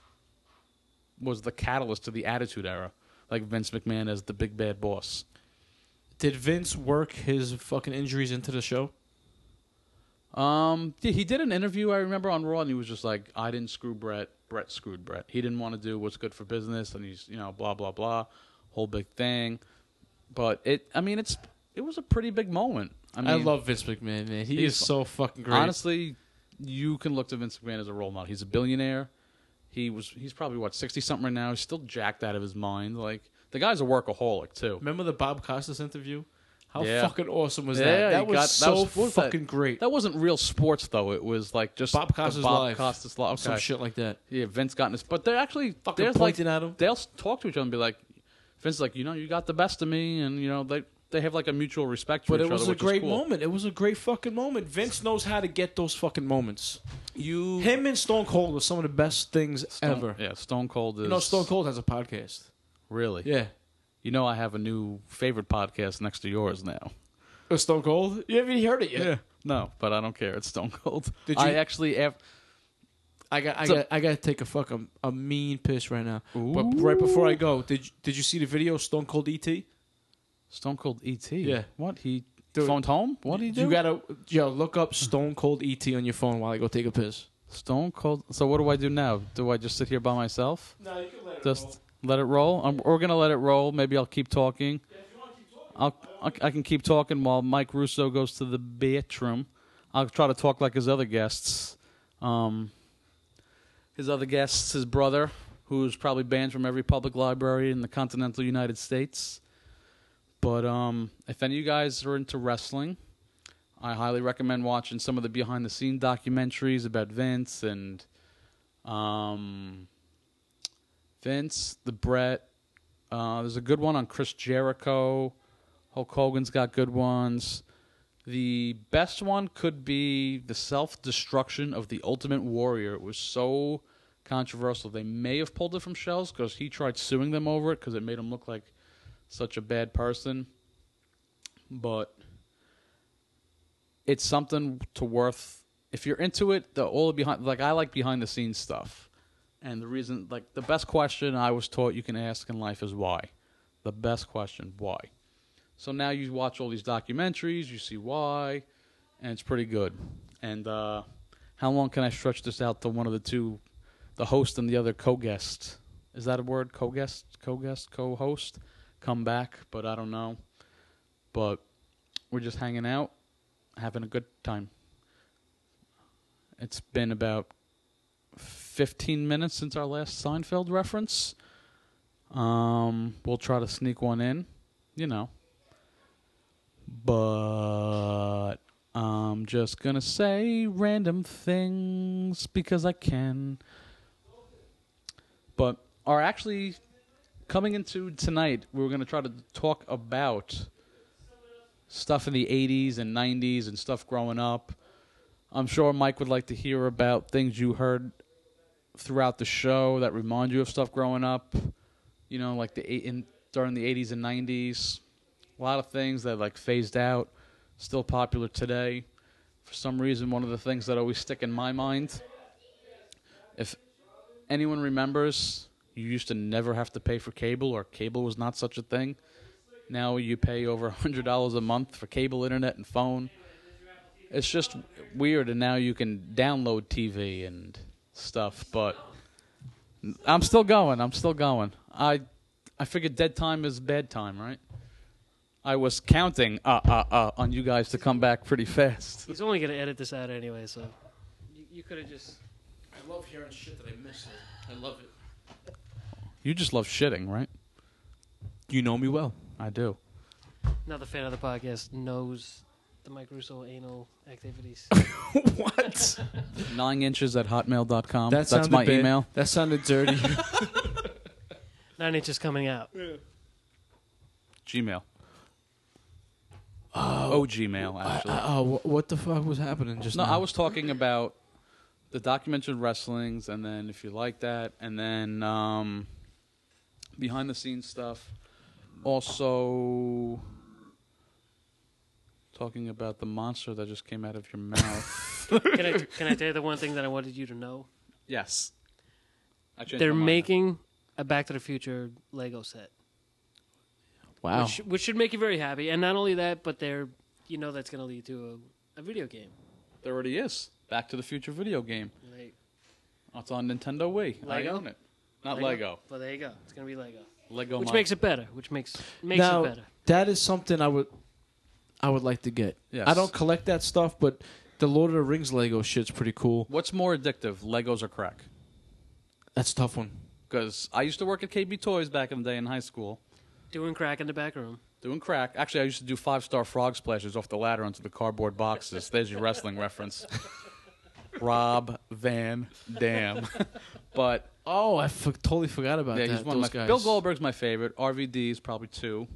Speaker 4: was the catalyst to the Attitude Era, like Vince McMahon as the big bad boss.
Speaker 1: Did Vince work his fucking injuries into the show?
Speaker 4: Um, yeah, he did an interview I remember on Raw, and he was just like, "I didn't screw Brett. Brett screwed Brett. He didn't want to do what's good for business, and he's you know blah blah blah, whole big thing." But it, I mean, it's it was a pretty big moment. I mean,
Speaker 1: I, love Vince McMahon, man. He
Speaker 4: he's
Speaker 1: is so fucking great.
Speaker 4: honestly you can look to Vince McMahon as a role model. He's a billionaire. He was he's probably what sixty something right now. He's still jacked out of his mind. Like the guy's a workaholic too.
Speaker 1: Remember the Bob Costas interview? How
Speaker 4: Yeah.
Speaker 1: fucking awesome was
Speaker 4: Yeah,
Speaker 1: that? That
Speaker 4: he
Speaker 1: was
Speaker 4: got-
Speaker 1: so
Speaker 4: what was that?
Speaker 1: fucking great.
Speaker 4: That wasn't real sports though. It was like just
Speaker 1: Bob
Speaker 4: the
Speaker 1: Costas
Speaker 4: Bob
Speaker 1: live.
Speaker 4: Costas oh, live.
Speaker 1: Some
Speaker 4: Okay.
Speaker 1: shit like that.
Speaker 4: Yeah, Vince got in this, but they're actually
Speaker 1: Fucking
Speaker 4: they're
Speaker 1: pointing
Speaker 4: like,
Speaker 1: at him.
Speaker 4: They'll s- talk to each other and be like, Vince, is like you know, you got the best of me, and you know they they have like a mutual respect for
Speaker 1: But
Speaker 4: each
Speaker 1: it was
Speaker 4: other,
Speaker 1: a
Speaker 4: which is
Speaker 1: great
Speaker 4: cool.
Speaker 1: moment. It was a great fucking moment. Vince knows how to get those fucking moments.
Speaker 4: You
Speaker 1: Him and Stone Cold are some of the best things
Speaker 4: Stone-
Speaker 1: ever.
Speaker 4: yeah, Stone Cold is
Speaker 1: You know, Stone Cold has a podcast.
Speaker 4: really.
Speaker 1: Yeah.
Speaker 4: You know, I have a new favorite podcast next to yours now.
Speaker 1: Uh, Stone Cold? You haven't even heard it yet.
Speaker 4: No, but I don't care. It's Stone Cold.
Speaker 1: Did
Speaker 4: I
Speaker 1: you-
Speaker 4: actually have.
Speaker 1: I got, I
Speaker 4: So-
Speaker 1: got, I got to take a fuck, a, a mean piss right now. But right before I go, did you, did you see the video of Stone Cold E ET?
Speaker 4: Stone Cold ET.
Speaker 1: Yeah.
Speaker 4: What he
Speaker 1: Dude.
Speaker 4: phoned home? What did he do?
Speaker 1: You gotta, yo, look up Stone Cold ET on your phone while I go take a piss.
Speaker 4: Stone Cold. So what do I do now? Do I just sit here by myself?
Speaker 1: No, you can let
Speaker 4: Just let it roll. I'm, we're gonna let it roll. Maybe I'll keep talking. I'll, I I can keep talking while Mike Russo goes to the bathroom. I'll try to talk like his other guests. Um, his other guests, his brother, who's probably banned from every public library in the continental United States. But um, if any of you guys are into wrestling, I highly recommend watching some of the behind the scene documentaries about Vince and um, Vince, the Brett. Uh, there's a good one on Chris Jericho. Hulk Hogan's got good ones. The best one could be the self destruction of the Ultimate Warrior. It was so controversial. They may have pulled it from shelves because he tried suing them over it because it made him look like such a bad person. But it's something to worth if you're into it the all behind like i like behind the scenes stuff and the reason like the best question i was taught you can ask in life is why the best question why so now you watch all these documentaries you see why and it's pretty good and uh how long can i stretch this out to one of the two the host and the other co-guest is that a word co-guest co-guest co-host come back but i don't know but we're just hanging out, having a good time. It's been about 15 minutes since our last Seinfeld reference. Um, we'll try to sneak one in, you know. But I'm just going to say random things because I can. But are actually coming into tonight, we were going to try to talk about stuff in the 80s and 90s and stuff growing up. I'm sure Mike would like to hear about things you heard throughout the show that remind you of stuff growing up. You know, like the eight in during the 80s and 90s. A lot of things that like phased out, still popular today. For some reason, one of the things that always stick in my mind if anyone remembers, you used to never have to pay for cable or cable was not such a thing. Now you pay over $100 a month for cable, internet, and phone. It's just weird, and now you can download TV and stuff, but I'm still going. I'm still going. I I figured dead time is bad time, right? I was counting uh uh uh on you guys to come back pretty fast.
Speaker 3: He's only gonna edit this out anyway, so you, you could have just.
Speaker 1: I love hearing shit that I miss. I love it.
Speaker 4: You just love shitting, right?
Speaker 1: You know me well.
Speaker 4: I do.
Speaker 3: Another fan of the podcast knows the Mike Russo anal activities.
Speaker 1: what?
Speaker 4: Nine inches at hotmail.com. That's my
Speaker 1: bad.
Speaker 4: email.
Speaker 1: That sounded dirty.
Speaker 3: Nine inches coming out.
Speaker 4: Gmail. Oh, Gmail, actually.
Speaker 1: oh, what the fuck was happening just
Speaker 4: No,
Speaker 1: now?
Speaker 4: I was talking about the documented wrestlings, and then if you like that, and then um, behind the scenes stuff. Also, talking about the monster that just came out of your mouth.
Speaker 3: Can I can I tell you the one thing that I wanted you to know?
Speaker 4: yes, I changed
Speaker 3: They're
Speaker 4: my mind.
Speaker 3: making a Back to the Future Lego set,
Speaker 1: Wow.
Speaker 3: which, which should make you very happy. And not only that, but they're you know that's gonna lead to a, a video game.
Speaker 4: There already is Back to the Future video game.
Speaker 3: Like,
Speaker 4: It's on Nintendo Wii.
Speaker 3: Lego?
Speaker 4: I own it. Not Lego.
Speaker 3: Well, there you go. It's gonna be Lego,
Speaker 4: Lego.
Speaker 3: which
Speaker 4: mon-
Speaker 3: makes it better. Which makes makes
Speaker 1: now,
Speaker 3: it better.
Speaker 1: that is something I would I would like to get.
Speaker 4: Yes.
Speaker 1: I don't collect that stuff, but The Lord of the Rings Lego shit's pretty cool.
Speaker 4: What's more addictive, Legos or crack?
Speaker 1: That's a tough one.
Speaker 4: Because I used to work at KB Toys back in the day in high school,
Speaker 3: Doing crack in the back room.
Speaker 4: doing crack. Actually, I used to do five star frog splashes off the ladder onto the cardboard boxes. There's your wrestling reference. Rob Van Dam. but uh,
Speaker 1: Oh, I f- totally forgot about
Speaker 4: yeah,
Speaker 1: that.
Speaker 4: he's one of
Speaker 1: those
Speaker 4: my
Speaker 1: guys.
Speaker 4: Bill Goldberg's my favorite. RVD is probably two.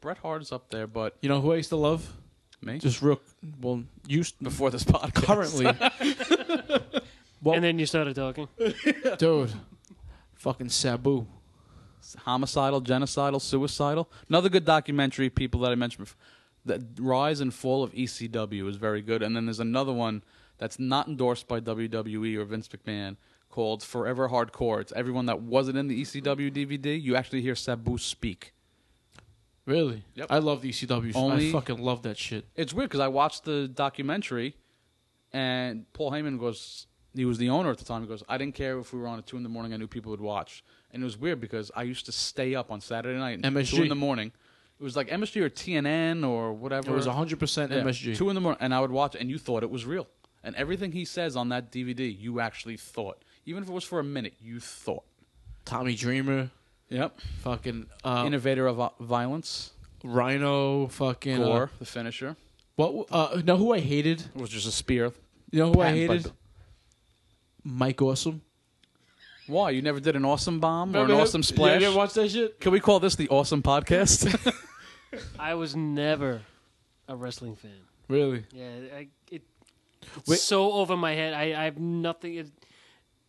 Speaker 4: Bret Hart is up there, but
Speaker 1: You know who I used to love?
Speaker 4: me
Speaker 1: Just real well, used
Speaker 4: before this podcast.
Speaker 1: currently, Well-
Speaker 3: and then you started talking.
Speaker 1: dude. Fucking Sabu.
Speaker 4: homicidal, genocidal, suicidal. Another good documentary, people that I mentioned before. The Rise and Fall of ECW is very good. And then there's another one that's not endorsed by WWE or Vince McMahon called Forever Hardcore. It's everyone that wasn't in the E ECW DVD. You actually hear Sabu speak.
Speaker 1: Really?
Speaker 4: Yep.
Speaker 1: I love E the ECW.
Speaker 4: Only-
Speaker 1: I fucking love that shit.
Speaker 4: It's weird because I watched the documentary and Paul Heyman goes, he was the owner at the time. He goes, I didn't care if we were on at 2 in the morning. I knew people would watch. And it was weird because I used to stay up on Saturday night at 2
Speaker 1: MSG.
Speaker 4: in the morning. It was like MSG or TNN or
Speaker 1: It
Speaker 4: whatever.
Speaker 1: was 100%
Speaker 4: Yeah,
Speaker 1: MSG.
Speaker 4: Two in the morning, and I would watch, it, and you thought it was real. And everything he says on that DVD, you actually thought, even if it was for a minute, you thought.
Speaker 1: Tommy Dreamer,
Speaker 4: Yep.
Speaker 1: fucking uh,
Speaker 4: Innovator of uh, violence,
Speaker 1: Rhino, fucking uh,
Speaker 4: Gore, the finisher,
Speaker 1: What? Uh, know who I hated?
Speaker 4: It was just a spear.
Speaker 1: You know who I
Speaker 4: Patent by
Speaker 1: hated?
Speaker 4: Bill.
Speaker 1: Mike Awesome.
Speaker 4: Why you never did an awesome bomb or an
Speaker 1: Remember him?
Speaker 4: awesome splash?
Speaker 1: You ever watch that shit?
Speaker 4: Can we call this the awesome podcast?
Speaker 3: I was never a wrestling fan.
Speaker 1: Really?
Speaker 3: Yeah, I, it, it's
Speaker 1: Wait-
Speaker 3: so over my head. I, I have nothing. It,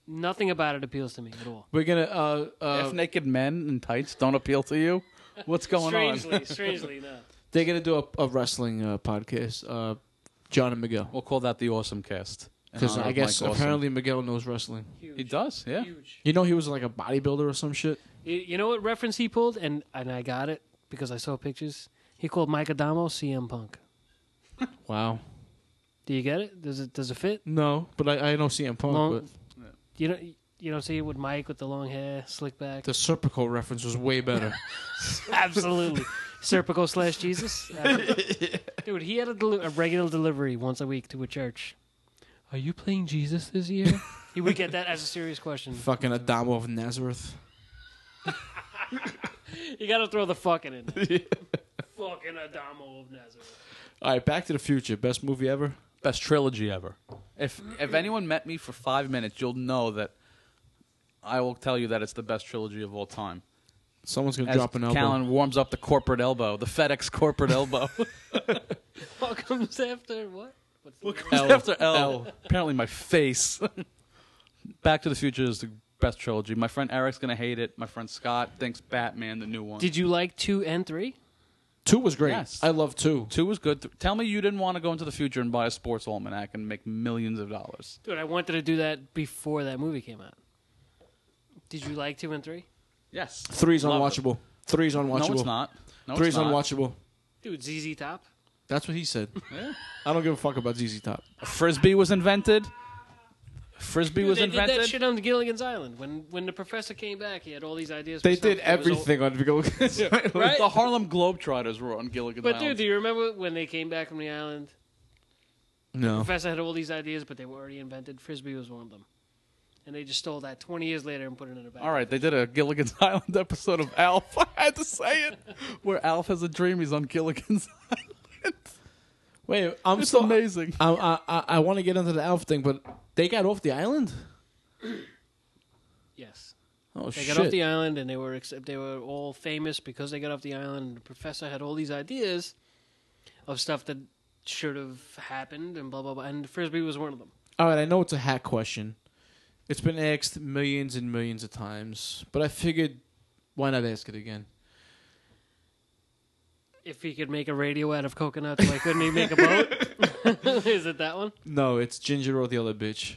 Speaker 3: nothing about it appeals to me at all.
Speaker 1: We're gonna. Uh, uh,
Speaker 4: if naked men in tights don't appeal to you, what's going on?
Speaker 3: strangely, strangely, no.
Speaker 1: they're gonna do a, a wrestling uh, podcast. Uh, John and Miguel,
Speaker 4: We'll call that the awesome cast. in
Speaker 1: because
Speaker 4: honor
Speaker 1: I
Speaker 4: of
Speaker 1: guess
Speaker 4: Mike Awesome.
Speaker 1: apparently Miguel knows wrestling.
Speaker 3: Huge.
Speaker 4: he does. Yeah.
Speaker 3: Huge.
Speaker 1: You know he was like a bodybuilder or some shit.
Speaker 3: You, you know what reference he pulled, and and I got it because I saw pictures. He called Mike Adamo CM Punk.
Speaker 1: Wow.
Speaker 3: Do you get it? Does it does it fit?
Speaker 1: No, but I, I know CM Punk.
Speaker 3: Long-
Speaker 1: but
Speaker 3: You don't you don't see it with Mike with the long hair, slick back.
Speaker 1: the Serpico reference was way better.
Speaker 3: Absolutely, Serpico slash Jesus. Absolutely. Dude, he had a, deli- a regular delivery once a week to a church. Are you playing Jesus this year? he would get that as a serious question.
Speaker 1: fucking Adamo of Nazareth.
Speaker 3: You got to throw the fucking in. there. fucking Adamo of Nazareth.
Speaker 1: All right, Back to the Future, best movie ever.
Speaker 4: best trilogy ever. If if anyone met me for five minutes, you'll know that I will tell you that it's the best trilogy of all time.
Speaker 1: Someone's gonna
Speaker 4: As
Speaker 1: drop an elbow.
Speaker 4: Callan warms up the corporate elbow, the FedEx corporate elbow.
Speaker 3: What comes after what? What's the name?
Speaker 4: L, after L. Apparently, my face. Back to the Future is the best trilogy. My friend Eric's gonna hate it. My friend Scott thinks Batman, the new one.
Speaker 3: Did you like two and three?
Speaker 1: Two was great.
Speaker 4: Yes.
Speaker 1: I love two.
Speaker 4: Two was good. Th- Tell me you didn't want to go into the future and buy a sports almanac and make millions of dollars.
Speaker 3: Dude, I wanted to do that before that movie came out. Did you like two and three?
Speaker 4: Yes.
Speaker 1: Three's
Speaker 4: Loved it.
Speaker 1: unwatchable. Three's unwatchable.
Speaker 4: No, it's not. No,
Speaker 1: Three's
Speaker 4: it's not.
Speaker 1: unwatchable.
Speaker 3: Dude, ZZ Top.
Speaker 1: That's what he said. I don't give a fuck about ZZ Top.
Speaker 4: Frisbee was invented. Frisbee was
Speaker 3: they
Speaker 4: invented.
Speaker 3: did that shit on Gilligan's Island. When when the professor came back, he had all these ideas. for
Speaker 1: They
Speaker 3: something
Speaker 1: did
Speaker 3: that was all-
Speaker 1: everything on Gilligan's Island.
Speaker 3: Right?
Speaker 4: The Harlem Globetrotters were on Gilligan's
Speaker 3: But dude,
Speaker 4: Island.
Speaker 3: do you remember when they came back from the island?
Speaker 1: No.
Speaker 3: Professor had all these ideas, but they were already invented. Frisbee was one of them, and they just stole that twenty years later and put it in a bag.
Speaker 4: All right, they did a Gilligan's Island episode of Alf. I had to say it, where Alf has a dream he's on Gilligan's.
Speaker 1: Wait, I'm
Speaker 4: It's
Speaker 1: still.
Speaker 4: amazing.
Speaker 1: I I, I, I want to get into the Alf thing, but they got off the island.
Speaker 3: Yes,
Speaker 1: Oh
Speaker 3: they
Speaker 1: shit!
Speaker 3: got off the island, and they were except they were all famous because they got off the island. And the professor had all these ideas of stuff that should have happened, and blah blah blah. And Frisbee was one of them.
Speaker 1: All right, I know it's a hack question. It's been asked millions and millions of times, but I figured why not ask it again?
Speaker 3: If he could make a radio out of coconuts, why couldn't he make a boat? Is it that one?
Speaker 1: No, it's Ginger or the other bitch.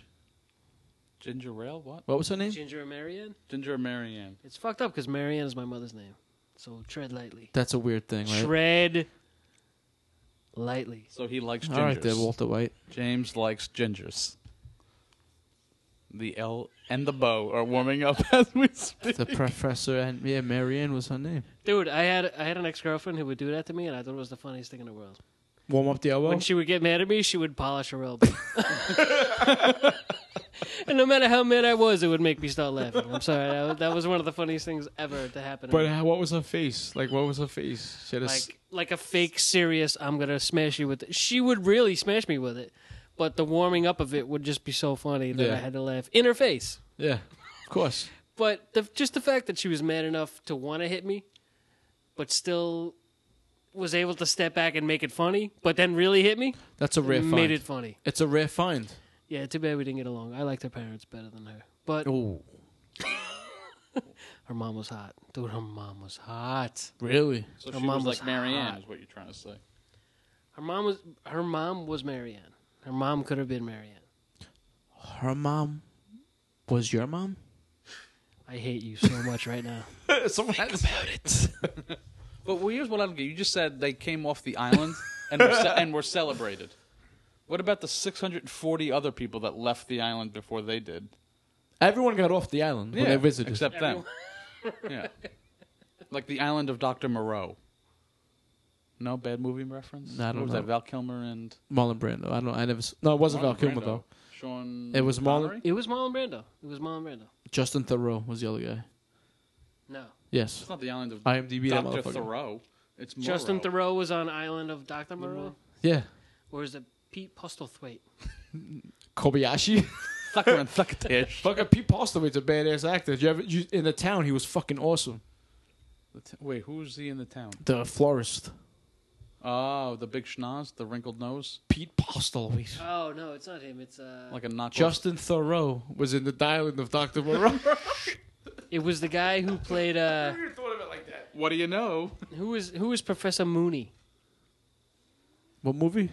Speaker 4: Ginger Ale, what?
Speaker 1: What was her name?
Speaker 3: Ginger and Marianne.
Speaker 4: Ginger Marianne.
Speaker 3: It's fucked up because Marianne is my mother's name. So tread lightly.
Speaker 1: That's a weird thing, right?
Speaker 3: Tread lightly.
Speaker 4: So he likes gingers.
Speaker 1: All right, there, Walter White.
Speaker 4: James likes gingers. The L and the bow are warming up as we speak.
Speaker 1: The professor and yeah, Marianne was her name.
Speaker 3: Dude, I had I had an ex girlfriend who would do that to me, and I thought it was the funniest thing in the world.
Speaker 1: warm up the elbow.
Speaker 3: When she would get mad at me, she would polish her elbow. and no matter how mad I was, it would make me start laughing. I'm sorry. That was, that was one of the funniest things ever to happen. to
Speaker 6: But
Speaker 3: me.
Speaker 6: how- what was her face? Like, what was her face? She had a s-
Speaker 3: like like a fake serious, I'm gonna smash you with it. She would really smash me with it, but the warming up of it would just be so funny that
Speaker 6: Yeah.
Speaker 3: I had to laugh in her face.
Speaker 6: yeah, of course.
Speaker 3: But the, just the fact that she was mad enough to want to hit me, but still was able to step back and make it funny, but then really hit me,
Speaker 1: That's a rare find.
Speaker 3: made it funny.
Speaker 1: It's a rare find.
Speaker 3: Yeah, too bad we didn't get along. I liked her parents better than her. But
Speaker 1: Oh,
Speaker 3: her mom was hot. Dude, her mom was hot.
Speaker 1: really?
Speaker 4: So
Speaker 3: Her
Speaker 4: she
Speaker 3: mom
Speaker 4: was
Speaker 3: was
Speaker 4: like Marianne,
Speaker 3: hot.
Speaker 4: is what you're trying to say.
Speaker 3: Her mom was her mom was Marianne. Her mom could have been Marianne.
Speaker 1: Her mom was your mom.
Speaker 3: I hate you so much right now.
Speaker 4: But well, here's what I don't get. You just said they came off the island and were ce- and were celebrated. What about the 640 other people that left the island before they did?
Speaker 1: Everyone got off the island when they visited.
Speaker 4: except them. yeah, like the island of Doctor Moreau. No bad movie reference.
Speaker 1: No, I don't
Speaker 4: what was
Speaker 1: know.
Speaker 4: that Val Kilmer and
Speaker 1: Marlon Brando. I don't. I never. s- No, it wasn't Val
Speaker 4: Marlon
Speaker 1: Kilmer
Speaker 4: Brando.
Speaker 1: though.
Speaker 4: Sean.
Speaker 1: It was Marlon-
Speaker 4: Connery?
Speaker 3: It was Marlon Brando. It was Marlon Brando.
Speaker 1: Justin Thoreau was the other guy.
Speaker 3: No.
Speaker 1: Yes.
Speaker 4: It's not the island of
Speaker 1: IMDb that
Speaker 4: Doctor
Speaker 1: motherfucker.
Speaker 4: Thoreau. It's Moreau.
Speaker 3: Justin Thoreau was on Island of Dr. Moreau.
Speaker 1: Yeah.
Speaker 3: Or is it Pete Postlethwaite?
Speaker 1: Kobayashi.
Speaker 4: Thucker and Thuckatish.
Speaker 1: Fucking Pete Postlewaite's a badass actor. Did you ever, you, in the town, he was fucking awesome.
Speaker 4: The t- Wait, who's he in the town?
Speaker 1: The florist.
Speaker 4: Oh, the big schnoz, the wrinkled nose,
Speaker 1: Pete Postlewaite.
Speaker 3: Oh no, it's not him. It's uh
Speaker 4: like a knockoff.
Speaker 1: Justin Thoreau was in the dialing of Dr. Moreau.
Speaker 3: it was the guy who played uh
Speaker 4: What do you know?
Speaker 3: who was who was Professor Mooney?
Speaker 1: what movie?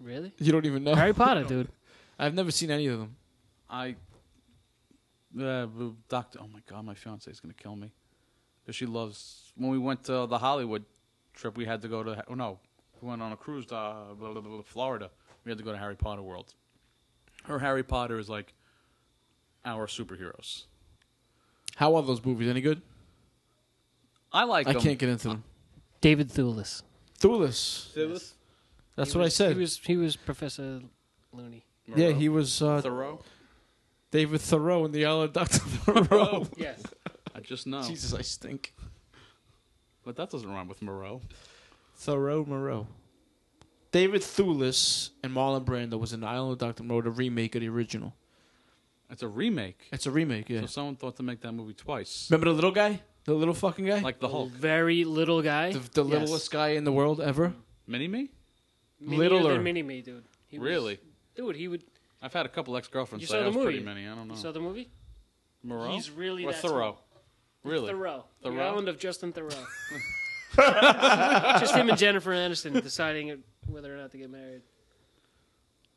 Speaker 3: Really?
Speaker 1: You don't even know.
Speaker 3: Harry Potter, dude.
Speaker 1: I've never seen any of them.
Speaker 4: I. Uh, doctor. Oh my god, my fiance is gonna kill me, because she loves. When we went to the Hollywood trip, we had to go to. Oh no, we went on a cruise to uh, blah, blah, blah, blah, Florida. We had to go to Harry Potter World. Her Harry Potter is like our superheroes.
Speaker 1: How are those movies? Any good?
Speaker 4: I like.
Speaker 1: I
Speaker 4: them.
Speaker 1: can't get into them.
Speaker 3: David Thewlis.
Speaker 1: Thulis.
Speaker 4: Yes.
Speaker 1: That's
Speaker 3: He
Speaker 1: what
Speaker 3: was-
Speaker 1: I said.
Speaker 3: He was he was Professor Looney.
Speaker 1: yeah, he was uh,
Speaker 4: Thoreau.
Speaker 1: David Thoreau in the Isle of Dr. Moreau.
Speaker 3: Yes.
Speaker 4: I just know,
Speaker 1: Jesus, I stink.
Speaker 4: but that doesn't rhyme with Moreau.
Speaker 1: Thoreau Moreau. David Thulis and Marlon Brando was in the Isle of Dr. Moreau, the remake of the original.
Speaker 4: It's a remake.
Speaker 1: It's a remake, yeah.
Speaker 4: So someone thought to make that movie twice,
Speaker 1: Remember the little guy? The little fucking guy?
Speaker 4: like the Hulk.
Speaker 3: Very little guy.
Speaker 1: the, the
Speaker 3: Yes. Mm-hmm.
Speaker 1: littlest guy in the world ever?
Speaker 4: Mini me.
Speaker 3: Minier
Speaker 1: littler.
Speaker 3: than mini me, dude. He was-
Speaker 4: Really?
Speaker 3: dude, he would.
Speaker 4: I've had a couple ex girlfriends
Speaker 3: You
Speaker 4: say
Speaker 3: saw
Speaker 4: I
Speaker 3: the
Speaker 4: was pretty
Speaker 3: movie?
Speaker 4: many. I don't know.
Speaker 3: You saw the movie?
Speaker 4: Moreau?
Speaker 3: He's really
Speaker 4: or
Speaker 3: that
Speaker 4: Thoreau. Really?
Speaker 3: Thoreau. The
Speaker 4: Thoreau?
Speaker 3: island of Justin Thoreau. Just him and Jennifer Aniston deciding whether or not to get married.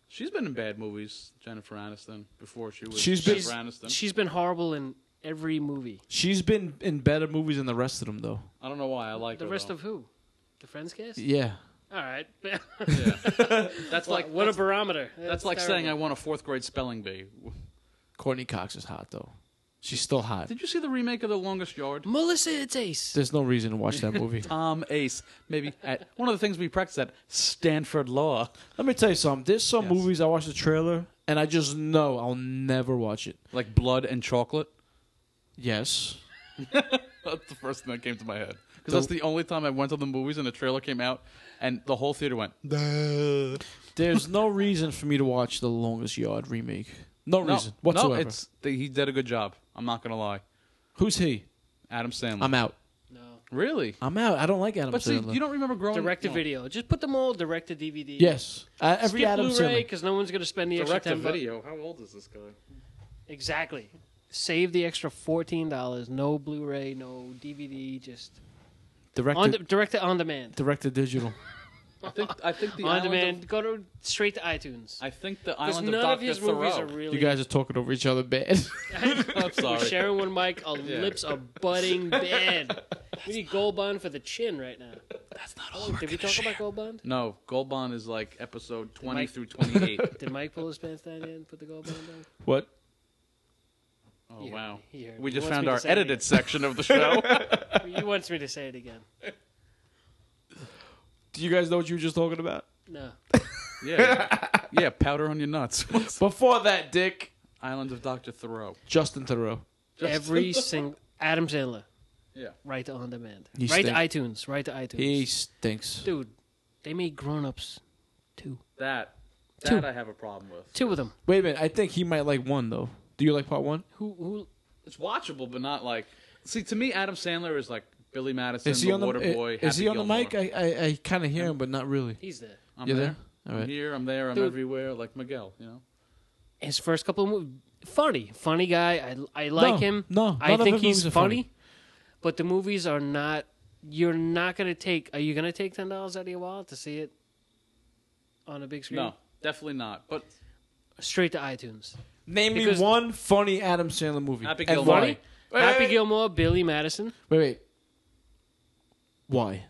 Speaker 4: She's been in bad movies, Jennifer Aniston, before she was
Speaker 1: She's been-
Speaker 4: Jennifer Aniston.
Speaker 3: She's been horrible in every movie.
Speaker 1: She's been in better movies than the rest of them, though.
Speaker 4: I don't know why I like
Speaker 3: The
Speaker 4: her,
Speaker 3: rest
Speaker 4: though.
Speaker 3: of who? The Friends cast?
Speaker 1: Yeah.
Speaker 3: All right.
Speaker 4: That's
Speaker 3: like,
Speaker 4: like
Speaker 3: what a
Speaker 4: that's,
Speaker 3: barometer.
Speaker 4: that's like
Speaker 3: terrible.
Speaker 4: saying I won a fourth grade spelling bee.
Speaker 1: Courtney Cox is hot, though. She's still hot.
Speaker 4: Did you see the remake of The Longest Yard?
Speaker 3: Melissa, it's Ace.
Speaker 1: There's no reason to watch that movie.
Speaker 4: Tom Ace, maybe at one of the things we practice at Stanford Law.
Speaker 1: Let me tell you something. There's some
Speaker 4: Yes.
Speaker 1: movies I watch the trailer and I just know I'll never watch it.
Speaker 4: Like blood and chocolate.
Speaker 1: Yes.
Speaker 4: That's the first thing that came to my head. Because
Speaker 1: The-
Speaker 4: that's the only time I went to the movies and the trailer came out and the whole theater went,
Speaker 1: There's no reason for me to watch the Longest Yard remake. No,
Speaker 4: No,
Speaker 1: reason whatsoever.
Speaker 4: No, it's, they, he did a good job. I'm not going to lie.
Speaker 1: Who's he?
Speaker 4: Adam Sandler.
Speaker 1: I'm out.
Speaker 3: No.
Speaker 4: really?
Speaker 1: I'm out. I don't like Adam
Speaker 4: But see,
Speaker 1: Sandler.
Speaker 4: you don't remember growing
Speaker 3: Direct to
Speaker 4: No.
Speaker 3: video. Just put them all direct to DVD.
Speaker 1: yes. Uh, every
Speaker 3: Skip
Speaker 1: Adam
Speaker 3: Blu-ray
Speaker 1: Sandler.
Speaker 3: because no one's going to spend the
Speaker 4: Direct
Speaker 3: extra
Speaker 4: to
Speaker 3: ten bucks.
Speaker 4: video. How old is this guy?
Speaker 3: Exactly. Save the extra fourteen dollars. No Blu-ray, no DVD. Just on
Speaker 1: Directed,
Speaker 3: de- direct to on demand.
Speaker 1: directed digital.
Speaker 4: I think I think the
Speaker 3: on
Speaker 4: island
Speaker 3: demand.
Speaker 4: Of,
Speaker 3: go to straight to iTunes.
Speaker 4: I think the
Speaker 3: Because
Speaker 4: island
Speaker 3: none
Speaker 4: of
Speaker 3: of
Speaker 4: Doctor
Speaker 3: his
Speaker 4: Thoreau.
Speaker 3: movies are really.
Speaker 1: You guys are talking over each other bad.
Speaker 4: I'm
Speaker 3: We're
Speaker 4: sorry.
Speaker 3: sharing one mic. Our lips are budding bad. We need Gold Bond for the chin right now. That's not all. Did we talk about Gold Bond?
Speaker 4: No, Gold Bond is like episode 20
Speaker 3: Mike-
Speaker 4: through 28.
Speaker 3: Did Mike pull his pants down and put the Gold Bond down?
Speaker 1: what?
Speaker 4: Oh,
Speaker 3: Yeah,
Speaker 4: wow.
Speaker 3: he heard
Speaker 4: We
Speaker 3: me.
Speaker 4: just
Speaker 3: Wants
Speaker 4: found
Speaker 3: me to
Speaker 4: our
Speaker 3: say it
Speaker 4: edited section of the show.
Speaker 3: again. He wants me to say it again.
Speaker 6: Do you guys know what you were just talking about?
Speaker 3: No.
Speaker 4: Yeah, yeah, powder on your nuts.
Speaker 6: Before that, Dick.
Speaker 4: Island of Doctor Thoreau.
Speaker 1: Justin Thoreau.
Speaker 3: Every single Adam Sandler.
Speaker 4: Yeah.
Speaker 3: Right to on demand.
Speaker 1: You
Speaker 3: right to
Speaker 1: stink.
Speaker 3: iTunes. Right to iTunes.
Speaker 1: He stinks.
Speaker 3: Dude, they made grown ups. Two.
Speaker 4: That
Speaker 3: Two.
Speaker 4: that I have a problem with.
Speaker 3: Two of them.
Speaker 1: Wait a minute. I think he might like one though. Do you like part one?
Speaker 3: Who who
Speaker 4: It's watchable, but not like. See, to me, Adam Sandler is like Billy Madison,
Speaker 1: Is he
Speaker 4: the
Speaker 1: on the eh,
Speaker 4: Waterboy.
Speaker 1: Is he
Speaker 4: Happy
Speaker 1: on the
Speaker 4: Gilmore.
Speaker 1: mic? I I, I kind of hear him, but not really.
Speaker 3: he's there.
Speaker 4: I'm
Speaker 1: You
Speaker 4: there.
Speaker 1: there? All
Speaker 4: I'm
Speaker 1: right.
Speaker 4: here. I'm there. I'm
Speaker 3: Dude.
Speaker 4: everywhere. Like Miguel, you know.
Speaker 3: His first couple of movies funny. Funny guy. I I like
Speaker 1: No,
Speaker 3: him.
Speaker 1: no,
Speaker 3: I
Speaker 1: none of
Speaker 3: think
Speaker 1: his
Speaker 3: he's
Speaker 1: movies are
Speaker 3: funny,
Speaker 1: funny.
Speaker 3: But the movies are not you're not gonna take are you gonna take ten dollars out of your wallet to see it on a big screen?
Speaker 4: No, definitely not. But
Speaker 3: Straight to iTunes.
Speaker 1: Name
Speaker 3: Because-
Speaker 1: me one funny Adam Sandler movie.
Speaker 4: Happy
Speaker 1: And
Speaker 4: Gilmore.
Speaker 1: why?
Speaker 3: Happy Gilmore, Billy Madison.
Speaker 1: Wait, wait. Why?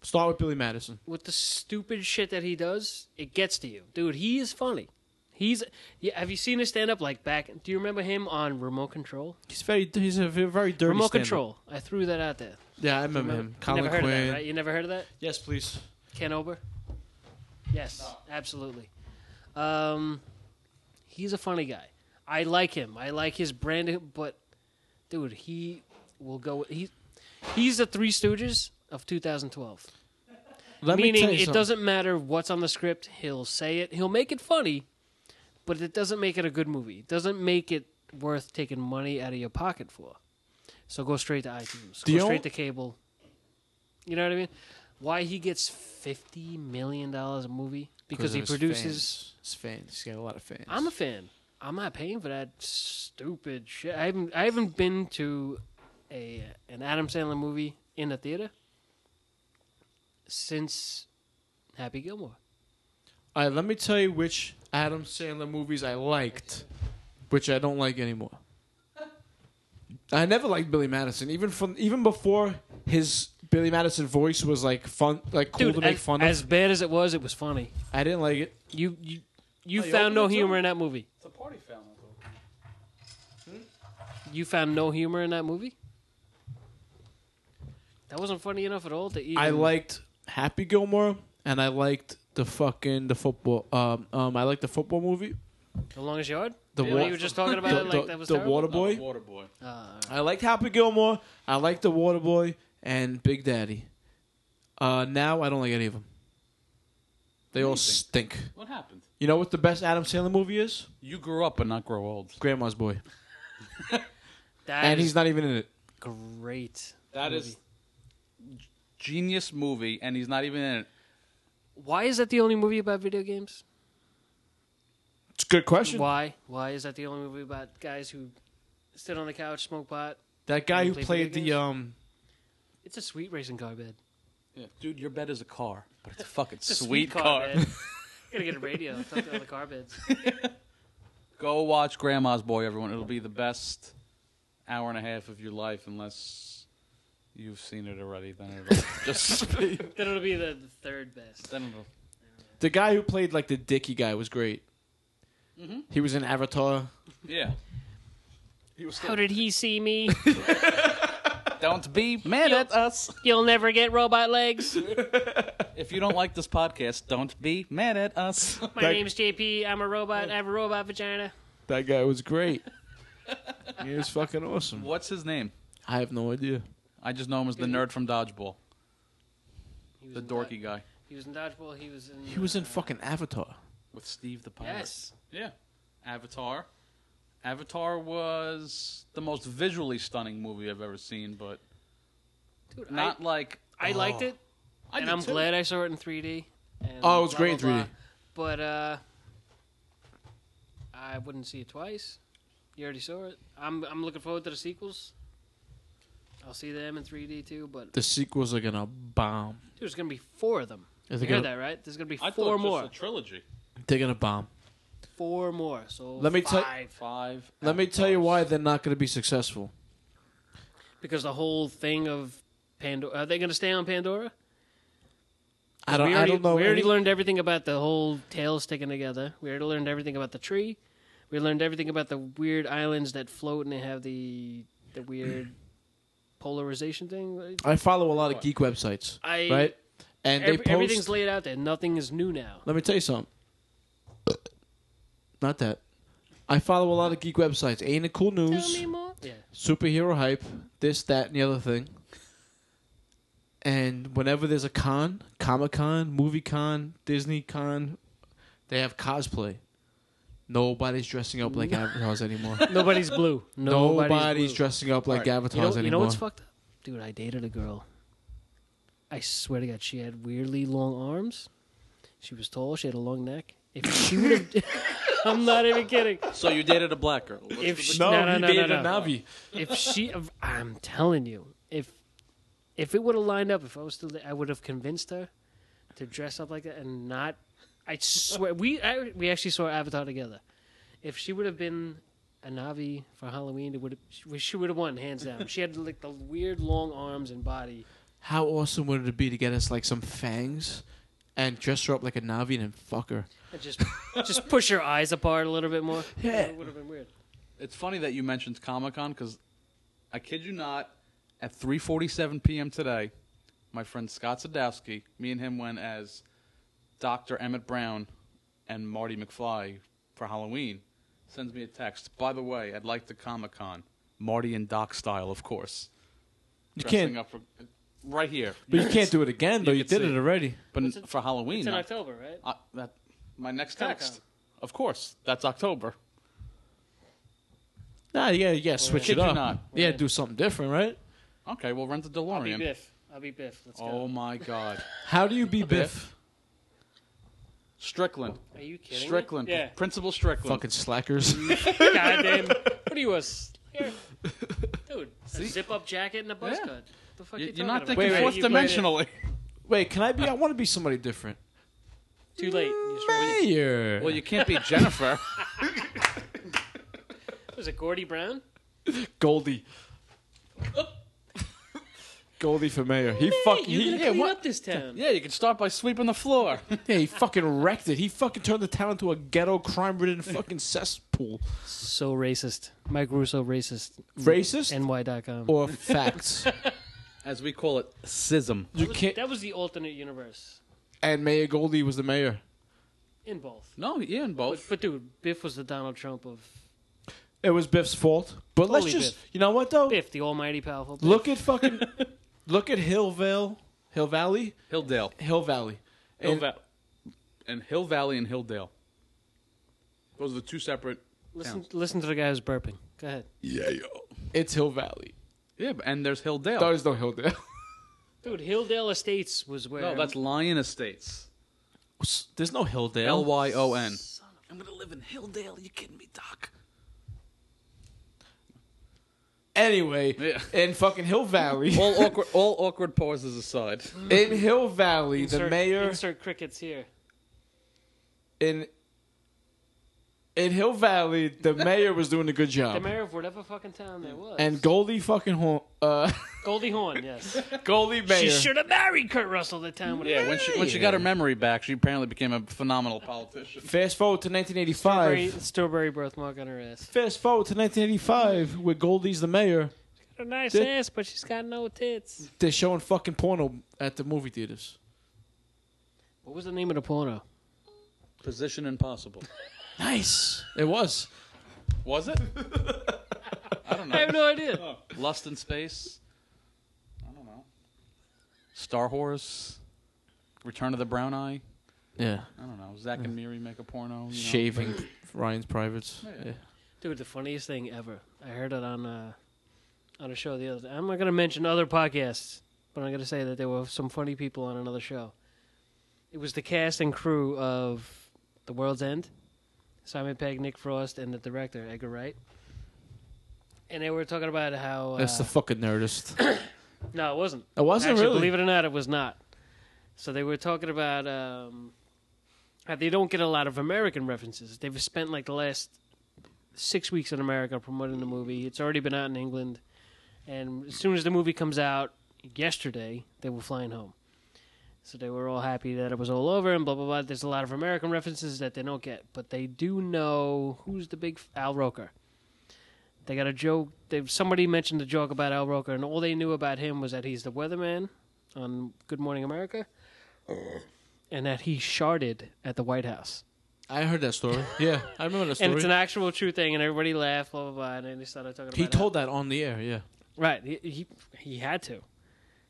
Speaker 1: Start with Billy Madison.
Speaker 3: with the stupid shit that he does, it gets to you, dude. He is funny. He's. Yeah, have you seen his stand up? Like back. Do you remember him on Remote Control?
Speaker 1: He's very he's a ve- very dirty.
Speaker 3: Remote
Speaker 1: stand-up.
Speaker 3: Control. I threw that out there.
Speaker 1: Yeah, I remember him. Colin
Speaker 3: you never heard of
Speaker 1: Quinn.
Speaker 3: that, right? You never heard of that?
Speaker 1: Yes, please.
Speaker 3: Ken Ober. Yes, absolutely. Um, he's a funny guy. I like him. I like his brand, but dude, he will go. He he's the Three Stooges of 2012.
Speaker 1: Let me
Speaker 3: Meaning,
Speaker 1: tell you
Speaker 3: it
Speaker 1: something.
Speaker 3: doesn't matter what's on the script. He'll say it. He'll make it funny, but it doesn't make it a good movie. It doesn't make it worth taking money out of your pocket for. So go straight to iTunes.
Speaker 1: The
Speaker 3: Go
Speaker 1: only-
Speaker 3: straight to cable. You know what I mean? Why he gets fifty million dollars a movie because he
Speaker 1: of his
Speaker 3: produces.
Speaker 1: fans. His fans. He's got a lot of fans.
Speaker 3: I'm a fan. I'm not paying for that stupid shit. I haven't. I haven't been to a an Adam Sandler movie in a theater since Happy Gilmore.
Speaker 1: All right, let me tell you which Adam Sandler movies I liked, which I don't like anymore. I never liked Billy Madison, even from even before his Billy Madison voice was like fun, like cool to make
Speaker 3: as,
Speaker 1: fun
Speaker 3: as
Speaker 1: of.
Speaker 3: bad as it was, it was funny.
Speaker 1: I didn't like it.
Speaker 3: You you
Speaker 1: Oh,
Speaker 3: you found no
Speaker 4: opened it
Speaker 3: humor in that movie.
Speaker 4: it's a party film.
Speaker 3: You found no humor in that movie. That wasn't funny enough at all to even.
Speaker 1: I liked Happy Gilmore, and I liked the fucking the football. Um, um I liked the football movie.
Speaker 3: the longest yard.
Speaker 1: The
Speaker 3: you, know,
Speaker 1: wa-
Speaker 3: you were just talking about
Speaker 1: the,
Speaker 3: it
Speaker 1: the,
Speaker 3: like that was
Speaker 1: the
Speaker 3: terrible?
Speaker 1: Water Boy.
Speaker 4: Waterboy.
Speaker 3: Ah,
Speaker 1: I liked Happy Gilmore. I liked the Water Boy and Big Daddy. Uh, now I don't like any of them. They all
Speaker 4: Amazing.
Speaker 1: stink.
Speaker 4: What happened?
Speaker 1: You know what the best Adam Sandler movie is?
Speaker 4: You grew up but not grow old.
Speaker 1: Grandma's Boy,
Speaker 3: that
Speaker 1: and
Speaker 3: is
Speaker 1: he's not even in it.
Speaker 3: great.
Speaker 4: That is
Speaker 3: movie.
Speaker 4: genius movie, and he's not even in it.
Speaker 3: Why is that the only movie about video games?
Speaker 1: It's a good question.
Speaker 3: Why? Why is that the only movie about guys who sit on the couch, smoke pot?
Speaker 1: That guy
Speaker 3: He
Speaker 1: who
Speaker 3: played
Speaker 1: played
Speaker 3: video
Speaker 1: the
Speaker 3: games?
Speaker 1: um,
Speaker 3: It's a sweet racing car bed.
Speaker 4: Yeah. Dude, your bed is a car, but it's a fucking
Speaker 3: It's a
Speaker 4: sweet, car.
Speaker 3: bed. Gotta get a radio. Talk to all the car beds.
Speaker 4: Go watch Grandma's Boy, everyone. It'll be the best hour and a half of your life, unless you've seen it already. Then it'll just then
Speaker 3: Then it'll be the the third best.
Speaker 4: it'll,
Speaker 1: the guy who played like the Dicky guy was great. He was in Avatar.
Speaker 4: yeah.
Speaker 3: How did he see me?
Speaker 4: Don't be mad at us.
Speaker 3: You'll never get robot legs.
Speaker 4: If you don't like this podcast, don't be mad at us.
Speaker 3: My name's JP. I'm a robot. I have a robot vagina.
Speaker 1: That guy was great. he was fucking awesome.
Speaker 4: What's his name?
Speaker 1: I have no idea.
Speaker 4: I just know him as the nerd from Dodgeball,
Speaker 3: He was
Speaker 4: the
Speaker 3: in
Speaker 4: dorky
Speaker 3: Dod-
Speaker 4: guy
Speaker 3: He was in dodgeball. He was in.
Speaker 1: He was in
Speaker 3: uh,
Speaker 1: fucking Avatar.
Speaker 4: with Steve the pirate.
Speaker 3: Yes.
Speaker 4: Yeah. Avatar. Avatar was the most visually stunning movie I've ever seen, but
Speaker 3: Dude,
Speaker 4: not Oh. like
Speaker 3: I, I liked it,
Speaker 4: I
Speaker 3: and
Speaker 4: did
Speaker 3: I'm
Speaker 4: too.
Speaker 3: glad I saw it in 3D. And
Speaker 1: Oh, it was
Speaker 3: blah,
Speaker 1: great
Speaker 3: blah,
Speaker 1: in 3D.
Speaker 3: blah. But uh, I wouldn't see it twice. You already saw it. I'm I'm looking forward to the sequels. I'll see them in 3D too. But
Speaker 1: The sequels are gonna bomb.
Speaker 3: dude, there's gonna be four of them.
Speaker 1: Is
Speaker 3: You
Speaker 1: it
Speaker 3: heard
Speaker 1: gonna-
Speaker 3: that right? There's gonna be
Speaker 4: I thought
Speaker 3: four
Speaker 4: just
Speaker 3: more.
Speaker 4: a trilogy.
Speaker 1: They're gonna bomb.
Speaker 3: four more. So
Speaker 1: Let me tell-
Speaker 3: five.
Speaker 4: Five.
Speaker 1: Let me tell you why they're not going to be successful.
Speaker 3: because the whole thing of Pandora. Are they going to stay on Pandora?
Speaker 1: I don't.
Speaker 3: we already,
Speaker 1: I don't know.
Speaker 3: We already
Speaker 1: any-
Speaker 3: learned everything about the whole tail sticking together. We already learned everything about the tree. We learned everything about the weird islands that float and they have the the weird polarization thing.
Speaker 1: I follow a lot of geek websites.
Speaker 3: I
Speaker 1: right. and
Speaker 3: Every-
Speaker 1: they post.
Speaker 3: everything's laid out there. Nothing is new now.
Speaker 1: Let me tell you something. Not that. I follow a lot of geek websites. Ain't it cool news?
Speaker 3: more. Yeah.
Speaker 1: superhero hype, this, that, and the other thing. And whenever there's a con, Comic Con, Movie Con, Disney Con, they have cosplay. Nobody's dressing up like avatars anymore.
Speaker 3: Nobody's blue. Nobody's,
Speaker 1: Nobody's,
Speaker 3: blue.
Speaker 1: dressing up like avatars
Speaker 3: you know,
Speaker 1: anymore.
Speaker 3: You know what's fucked up? Dude, I dated a girl. I swear to God, she had weirdly long arms. She was tall. She had a long neck. If she would have, I'm not even kidding.
Speaker 4: So you dated a black girl. What's
Speaker 3: If
Speaker 4: the-
Speaker 3: she, no, no,
Speaker 1: you
Speaker 3: no,
Speaker 1: dated
Speaker 3: no,
Speaker 1: a
Speaker 3: no.
Speaker 1: Navi.
Speaker 3: If she, I'm telling you, if if it would have lined up, if I was still there, I would have convinced her to dress up like that and not. I swear, we I, we actually saw Avatar together. If she would have been a Navi for Halloween, it would have, she would have won hands down. She had like the weird long arms and body.
Speaker 1: How awesome would it be to get us like some fangs and dress her up like a Navi and then fuck her?
Speaker 3: And just just push her eyes apart a little bit more.
Speaker 1: Yeah.
Speaker 3: it would have been weird.
Speaker 4: It's funny that you mentioned Comic Con because I kid you not, at 3:47 p.m. today, my friend Scott Sadowski, me and him went as Dr. Emmett Brown and Marty McFly for Halloween. Sends me a text. By the way, I'd like to Comic Con, Marty and Doc style, of course.
Speaker 1: You
Speaker 4: Dressing
Speaker 1: can't,
Speaker 4: up for, right here,
Speaker 1: but you can't do it again though. You,
Speaker 4: could
Speaker 1: did
Speaker 4: see.
Speaker 1: it already.
Speaker 4: but for Halloween.
Speaker 3: It's in
Speaker 4: I-
Speaker 3: October, right?
Speaker 4: I, Uh, that my next
Speaker 3: Comic
Speaker 4: text. Of course, that's October.
Speaker 1: Nah, yeah, yeah. Switch
Speaker 4: Kid
Speaker 1: it
Speaker 4: you
Speaker 1: up.
Speaker 4: not.
Speaker 1: Yeah, do something different, right?
Speaker 4: Okay, we'll rent a
Speaker 3: I'll be
Speaker 4: DeLorean.
Speaker 3: Biff. I'll be Biff. Let's
Speaker 4: Oh
Speaker 3: go.
Speaker 4: my God,
Speaker 1: How do you be Biff?
Speaker 4: Strickland.
Speaker 3: Are you kidding? me?
Speaker 4: Strickland.
Speaker 3: Yeah.
Speaker 4: Principal Strickland.
Speaker 1: Fucking slackers.
Speaker 3: Goddamn. What are you, a slayer? Dude, a zip up jacket and a buzz
Speaker 4: Yeah.
Speaker 3: cut. The fuck
Speaker 4: You-
Speaker 3: you,
Speaker 4: You're not
Speaker 3: talking
Speaker 4: thinking
Speaker 3: about?
Speaker 4: fourth
Speaker 3: You played it.
Speaker 4: dimensionally.
Speaker 1: Wait, can I be? I want to be somebody different. Mm,
Speaker 3: Too late. You just ruined it.
Speaker 1: Mayor.
Speaker 4: Well, you can't be Jennifer.
Speaker 3: Was it Gordy Brown?
Speaker 1: Goldie. Goldie for mayor. He fucking
Speaker 3: You're
Speaker 1: he,
Speaker 3: gonna
Speaker 1: yeah,
Speaker 3: clean
Speaker 1: what-
Speaker 3: up this town.
Speaker 4: yeah, you can start by sweeping the floor.
Speaker 1: yeah, he fucking wrecked it. He fucking turned the town into a ghetto, crime-ridden fucking cesspool.
Speaker 3: So racist. Mike Russo racist.
Speaker 1: Racist
Speaker 3: NY.com.
Speaker 1: or facts?
Speaker 4: As we call it, schism.
Speaker 1: You can't.
Speaker 3: That was the alternate universe
Speaker 1: And Mayor Goldie was the mayor.
Speaker 3: in both.
Speaker 4: No, yeah, in
Speaker 3: But,
Speaker 4: both.
Speaker 3: but dude, Biff was the Donald Trump of
Speaker 1: It was Biff's fault. But let's
Speaker 3: Totally
Speaker 1: just. You know what though?
Speaker 3: Biff, the almighty powerful. Biff.
Speaker 1: Look at fucking. look at Hillvale, Hill Valley,
Speaker 4: Hilldale.
Speaker 1: Hill Valley.
Speaker 4: Hill
Speaker 1: And-
Speaker 4: Va- and Hill Valley and Hilldale. Those are the two separate.
Speaker 3: listen, listen to the guy who's burping. Go ahead.
Speaker 4: Yeah, yo.
Speaker 1: It's Hill Valley.
Speaker 4: Yeah, but- and there's Hilldale.
Speaker 1: There is no Hilldale.
Speaker 3: Dude, Hilldale Estates was where.
Speaker 4: no, that's Lion Estates.
Speaker 1: There's no Hilldale.
Speaker 4: L Y O N. I'm gonna live in Hilldale. you kidding me, Doc?
Speaker 1: Anyway,
Speaker 4: Yeah.
Speaker 1: in fucking Hill Valley,
Speaker 4: All awkward, all awkward pauses aside.
Speaker 1: in Hill Valley,
Speaker 3: insert,
Speaker 1: the mayor
Speaker 3: Insert crickets here.
Speaker 1: in in Hill Valley, the mayor was doing a good
Speaker 3: The
Speaker 1: job,
Speaker 3: mayor of whatever fucking town there was.
Speaker 1: and Goldie fucking Horn, uh,
Speaker 3: Goldie Hawn, yes.
Speaker 1: Goldie mayor.
Speaker 3: She should have married Kurt Russell the time when
Speaker 4: Yeah, when she when she got her memory back, she apparently became a phenomenal politician.
Speaker 1: Fast forward to
Speaker 3: strawberry,
Speaker 1: 1985.
Speaker 3: strawberry birthmark on her ass.
Speaker 1: Fast forward to 1985, where Goldie's the mayor.
Speaker 3: A nice
Speaker 1: Did-
Speaker 3: ass, but she's got no tits.
Speaker 1: They're showing fucking porno at the movie theaters.
Speaker 3: What was the name of the porno?
Speaker 4: Position impossible.
Speaker 1: Nice. It was.
Speaker 4: Was it? I don't
Speaker 3: I
Speaker 4: know.
Speaker 3: have no idea.
Speaker 4: Lust in Space. I don't know. Star Horse. Return of the Brown Eye.
Speaker 1: Yeah.
Speaker 4: I don't know. Zach and Miri make a porno. You know?
Speaker 1: Shaving Ryan's privates. Yeah.
Speaker 3: Dude, the funniest thing ever. I heard it on uh, on a show the other day. I'm not going to mention other podcasts, but I'm going to say that there were some funny people on another show. It was the cast and crew of The World's End Simon Pegg, Nick Frost, and the director, Edgar Wright. And they were talking about how. Uh,
Speaker 1: That's the fucking nerdist.
Speaker 3: no, it wasn't.
Speaker 1: It wasn't
Speaker 3: Actually,
Speaker 1: really.
Speaker 3: Believe it or not, it was not. So they were talking about um, how they don't get a lot of American references. They've spent like the last six weeks in America promoting the movie. It's already been out in England, and as soon as the movie comes out yesterday, they were flying home. So they were all happy that it was all over and blah blah blah. There's a lot of American references that they don't get, but they do know who's the big f- Al Roker. They got a joke. They, somebody mentioned a joke about Al Roker, and all they knew about him was that he's the weatherman on Good Morning America,
Speaker 1: Uh.
Speaker 3: and that he sharded at the White House.
Speaker 1: I heard that story. Yeah, I remember that story.
Speaker 3: And it's an actual true thing, and everybody laughed, blah blah blah, and then they started talking.
Speaker 1: he
Speaker 3: about
Speaker 1: told that on the air. Yeah,
Speaker 3: that. right, he he, he had to,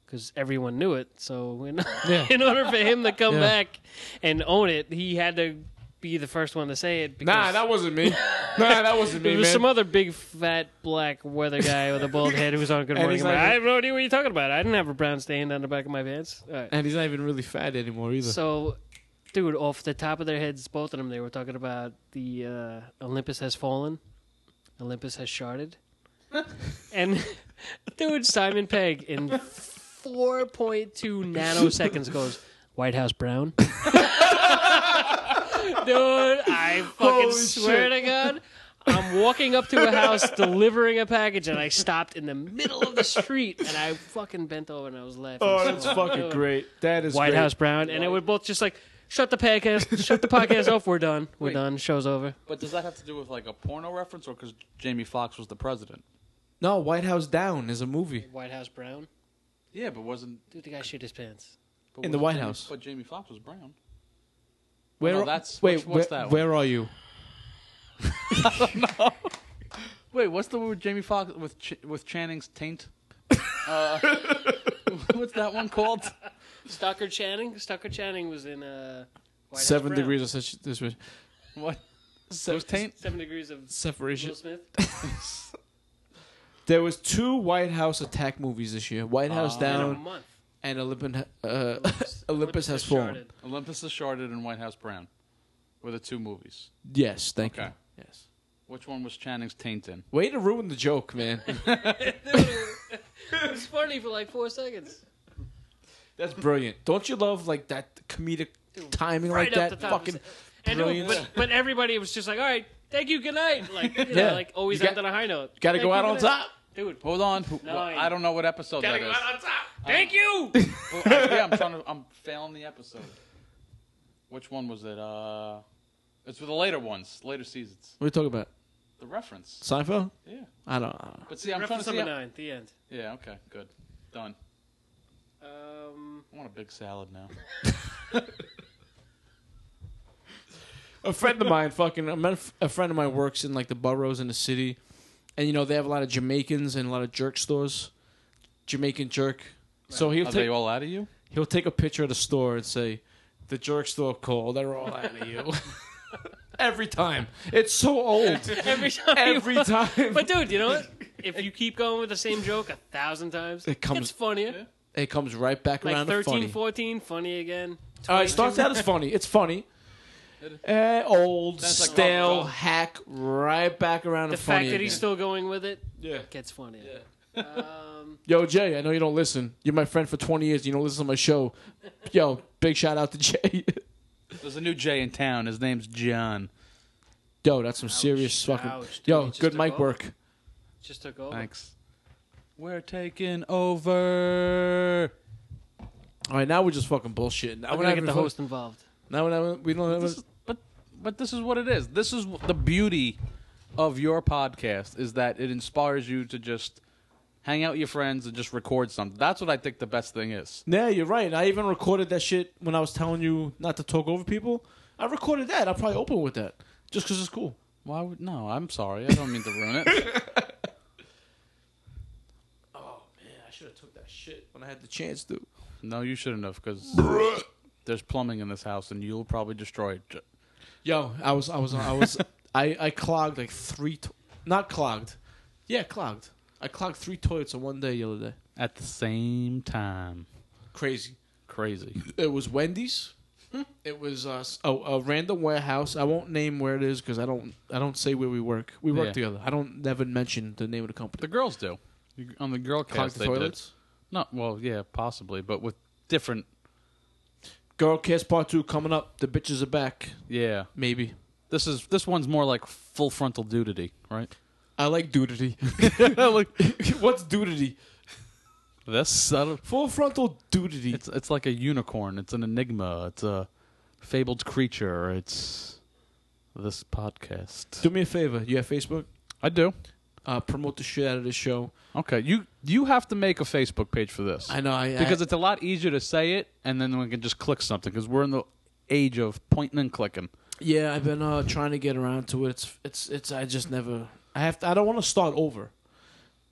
Speaker 3: because everyone knew it. So in,
Speaker 1: Yeah.
Speaker 3: in order for him to come
Speaker 1: Yeah.
Speaker 3: back and own it, he had to be the first one to say it. Because
Speaker 6: Nah, that wasn't me. nah, that wasn't me,
Speaker 3: there was
Speaker 6: man.
Speaker 3: some other big fat black weather guy with a bald head who was on Good Morning
Speaker 6: he's not
Speaker 3: America.
Speaker 6: even-
Speaker 3: I have no idea what you're talking about. I didn't have a brown stain on the back of my pants. All right.
Speaker 1: and he's not even really fat anymore either.
Speaker 3: So, dude, off the top of their heads, both of them, they were talking about the uh, Olympus has fallen, Olympus has sharded, and dude, Simon Pegg in 4.2 nanoseconds goes White House brown. dude, I fucking swear to God. I'm walking up to a house delivering a package, and I stopped in the middle of the street, and I fucking bent over and I was laughing.
Speaker 6: Oh,
Speaker 3: so
Speaker 6: that's
Speaker 3: hard.
Speaker 6: fucking
Speaker 3: Dude.
Speaker 6: great. That is
Speaker 3: White
Speaker 6: great.
Speaker 3: House Brown, and it would both just like shut the podcast, shut the podcast off. We're done. We're
Speaker 4: Wait.
Speaker 3: done. Show's over.
Speaker 4: But does that have to do with like a porno reference, or because Jamie Foxx was the president?
Speaker 1: no, White House Down is a movie.
Speaker 3: White House Brown,
Speaker 4: Yeah, but wasn't
Speaker 3: dude, the guy shit his pants.
Speaker 4: but
Speaker 1: In the
Speaker 4: wasn't
Speaker 1: White
Speaker 4: Jamie-
Speaker 1: House.
Speaker 4: But Jamie Foxx was brown.
Speaker 1: Where?
Speaker 4: no,
Speaker 1: are-
Speaker 4: that's-
Speaker 1: wait.
Speaker 4: which- what's
Speaker 1: where,
Speaker 4: that one?
Speaker 1: where are you?
Speaker 4: Wait, what's the one with Jamie Foxx with Ch- with Channing's taint? uh, what's that one called?
Speaker 3: Stalker Channing. Stalker Channing was in uh, White House
Speaker 1: Seven
Speaker 3: Brown.
Speaker 1: degrees of such this way.
Speaker 4: What? Who's taint?
Speaker 3: Seven degrees of
Speaker 1: separation.
Speaker 3: Will Smith.
Speaker 1: There was two White House attack movies this year: White House
Speaker 3: Oh, In a
Speaker 1: Down
Speaker 3: month.
Speaker 1: and Olympus, uh, Olympus has fallen.
Speaker 3: sharded.
Speaker 4: Olympus is sharded and White House Brown were the two movies.
Speaker 1: Yes, thank
Speaker 4: Okay.
Speaker 1: you. Yes.
Speaker 4: Which one was Channing's taint in?
Speaker 1: Way to ruin the joke, man.
Speaker 3: It was funny for like four seconds.
Speaker 1: That's brilliant. Don't you love like that comedic timing
Speaker 3: Right
Speaker 1: like
Speaker 3: up
Speaker 1: that?
Speaker 3: the top.
Speaker 1: Fucking
Speaker 3: And dude,
Speaker 1: brilliant.
Speaker 3: but, but everybody was just like, all right, thank you, good night. Like, you know,
Speaker 1: Yeah.
Speaker 3: like always
Speaker 1: You
Speaker 3: out
Speaker 1: got-
Speaker 3: on a high note.
Speaker 1: gotta
Speaker 3: Thank
Speaker 1: go
Speaker 3: you,
Speaker 1: out
Speaker 3: good
Speaker 1: on
Speaker 3: night.
Speaker 1: top.
Speaker 3: dude.
Speaker 4: Hold on. Who- well,
Speaker 3: Nine.
Speaker 4: I don't know what episode that
Speaker 3: Gotta go
Speaker 4: is.
Speaker 3: out on top.
Speaker 1: Um,
Speaker 3: Thank you.
Speaker 4: Well, I- yeah, I'm trying to. I'm failing the episode. Which one was it? Uh, it's with the later ones, later seasons.
Speaker 1: What are you talking about?
Speaker 4: The reference.
Speaker 1: Seinfeld?
Speaker 4: Yeah.
Speaker 1: I don't, I don't know.
Speaker 4: But see, I'm
Speaker 3: Reference
Speaker 4: trying
Speaker 3: number
Speaker 4: to see. how-
Speaker 3: nine. The end.
Speaker 4: yeah. Okay. Good. Done.
Speaker 3: Um,
Speaker 4: I want a big salad now.
Speaker 1: A friend of mine, fucking, a men- a friend of mine works in like the boroughs in the city, and you know they have a lot of Jamaicans and a lot of jerk stores, Jamaican jerk. So he'll
Speaker 4: Are
Speaker 1: take
Speaker 4: they all out of you?
Speaker 1: he'll take a picture of the store and say, "The jerk store called. They're all out of you." Every time, it's so old.
Speaker 3: every time. you-
Speaker 1: Every time,
Speaker 3: but dude, you know what? If you keep going with the same joke a thousand times,
Speaker 1: It comes-
Speaker 3: it's funnier.
Speaker 1: it comes right back
Speaker 3: Like
Speaker 1: around to
Speaker 3: 13,
Speaker 1: funny.
Speaker 3: 14, funny again.
Speaker 1: All right, starts
Speaker 3: 22.
Speaker 1: out as funny. It's funny. Eh, old,
Speaker 4: it's like,
Speaker 1: stale,
Speaker 4: oh, God.
Speaker 1: hack, right back around
Speaker 3: The
Speaker 1: to funny.
Speaker 3: fact that he's
Speaker 1: again.
Speaker 3: still going with it
Speaker 1: Yeah.
Speaker 3: gets funnier. Um,
Speaker 1: Yo, Jay, I know you don't listen. You're my friend for 20 years. You don't listen to my show. Yo, big shout out to Jay.
Speaker 4: There's a new Jay in town. His name's John.
Speaker 1: Yo, that's some serious
Speaker 3: Ouch,
Speaker 1: fucking.
Speaker 3: ouch, dude,
Speaker 1: Yo,
Speaker 3: he just
Speaker 1: good
Speaker 3: took
Speaker 1: mic
Speaker 3: off.
Speaker 1: work.
Speaker 3: just took over.
Speaker 4: Thanks. We're taking over.
Speaker 1: All right, now we're just fucking bullshitting. Now
Speaker 3: I'm
Speaker 1: we're
Speaker 3: gonna
Speaker 1: not
Speaker 3: get the
Speaker 1: even fu-
Speaker 3: host involved.
Speaker 1: Now we're not, we don't
Speaker 4: This
Speaker 1: have.
Speaker 4: is- but but this is what it is. This is the beauty of your podcast is that it inspires you to just hang out with your friends and just record something. That's what I think the best thing is.
Speaker 1: Yeah, you're right. I even recorded that shit when I was telling you not to talk over people. I recorded that. I'll probably open with that just because it's cool.
Speaker 4: Why would no? I'm sorry. I don't mean to ruin it.
Speaker 1: Oh, Man, I should have took that shit when I had the chance to.
Speaker 4: No, you shouldn't have because there's plumbing in this house and you'll probably destroy it. J-
Speaker 1: Yo, I was, I was, I was, I, I clogged like three, to- not clogged, yeah, clogged. I clogged three toilets in one day the other day.
Speaker 4: At the same time,
Speaker 1: Crazy.
Speaker 4: crazy.
Speaker 1: It was Wendy's. It was uh, s- a, a random warehouse. I won't name where it is because I don't, I don't say where we work. We work
Speaker 4: Yeah.
Speaker 1: together. I don't never mention the name of the
Speaker 4: The
Speaker 1: company.
Speaker 4: girls do You- on the girl
Speaker 1: Clogged
Speaker 4: cast.
Speaker 1: the
Speaker 4: They did. Not well, yeah, possibly, but with different.
Speaker 1: Girl Kiss Part Two coming up. The bitches are back.
Speaker 4: Yeah,
Speaker 1: Maybe.
Speaker 4: this is this one's more like full frontal nudity, right?
Speaker 1: I like dudity.
Speaker 4: like
Speaker 1: What's dudity?
Speaker 4: this, I don't,
Speaker 1: Full frontal dudity.
Speaker 4: It's it's like a unicorn. It's an enigma. It's a fabled creature. It's this podcast.
Speaker 1: Do me a favor. You have Facebook?
Speaker 4: I do.
Speaker 1: uh, promote the shit out of this show.
Speaker 4: Okay, you you have to make a Facebook page for this.
Speaker 1: I know. I,
Speaker 4: because
Speaker 1: I,
Speaker 4: it's a lot easier to say it, and then we can just click something. Because we're in the age of pointing and clicking.
Speaker 1: yeah, I've been uh, trying to get around to it. It's it's it's. I just never. I have. To, I don't want to start over.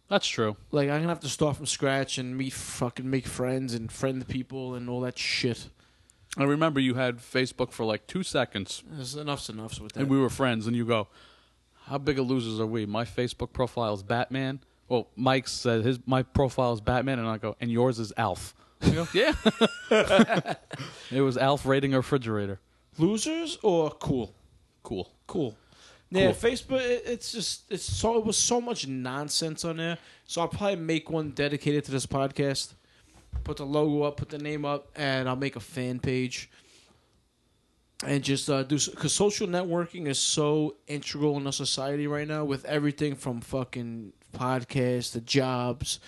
Speaker 4: That's true.
Speaker 1: Like I'm gonna have to start from scratch and me fucking make friends and friend people and all that shit.
Speaker 4: I remember you had Facebook for like two seconds,
Speaker 1: There's enough's enoughs with that.
Speaker 4: and we were friends, and you go, "How big of losers are we? My Facebook profile is Batman. Well, Mike said his my profile is Batman, and I go, and yours is Alf. You go, yeah, it was Alf raiding a refrigerator.
Speaker 1: Losers or cool,
Speaker 4: Cool.
Speaker 1: cool. Yeah,
Speaker 4: Cool.
Speaker 1: Facebook. It, it's just it's so it was so much nonsense on there. So I'll probably make one dedicated to this podcast. Put the logo up, put the name up, and I'll make a fan page. And just uh, do because social networking is so integral in our society right now with everything from fucking podcasts to jobs,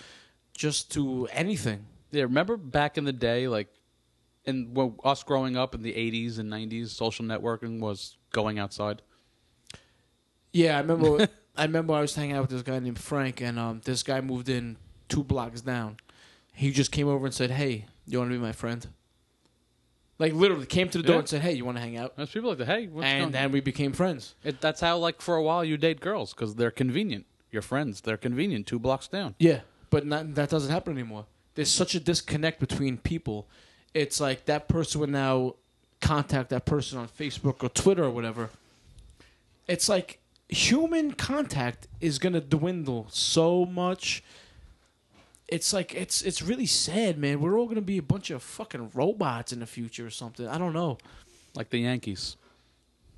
Speaker 1: just to anything.
Speaker 4: Yeah, remember back in the day, like, and well, us growing up in the '80s and '90s, social networking was going outside.
Speaker 1: Yeah, I remember. I remember I was hanging out with this guy named Frank, and um, this guy moved in two blocks down. He just came over and said, "Hey, you want to be my friend?" Like literally, came to the door
Speaker 4: Yeah.
Speaker 1: and said, "Hey, you want to hang out?"
Speaker 4: There's people like, that, hey, what's going-"
Speaker 1: and then we became friends.
Speaker 4: It, that's how, like, for a while you date girls because they're convenient. Your friends, they're convenient. Two blocks down.
Speaker 1: Yeah, but not, that doesn't happen anymore. There's such a disconnect between people. It's like that person would now contact that person on Facebook or Twitter or whatever. It's like human contact is gonna dwindle so much. It's like it's it's really sad, man. We're all gonna be a bunch of fucking robots in the future or something. I don't know.
Speaker 4: Like the Yankees.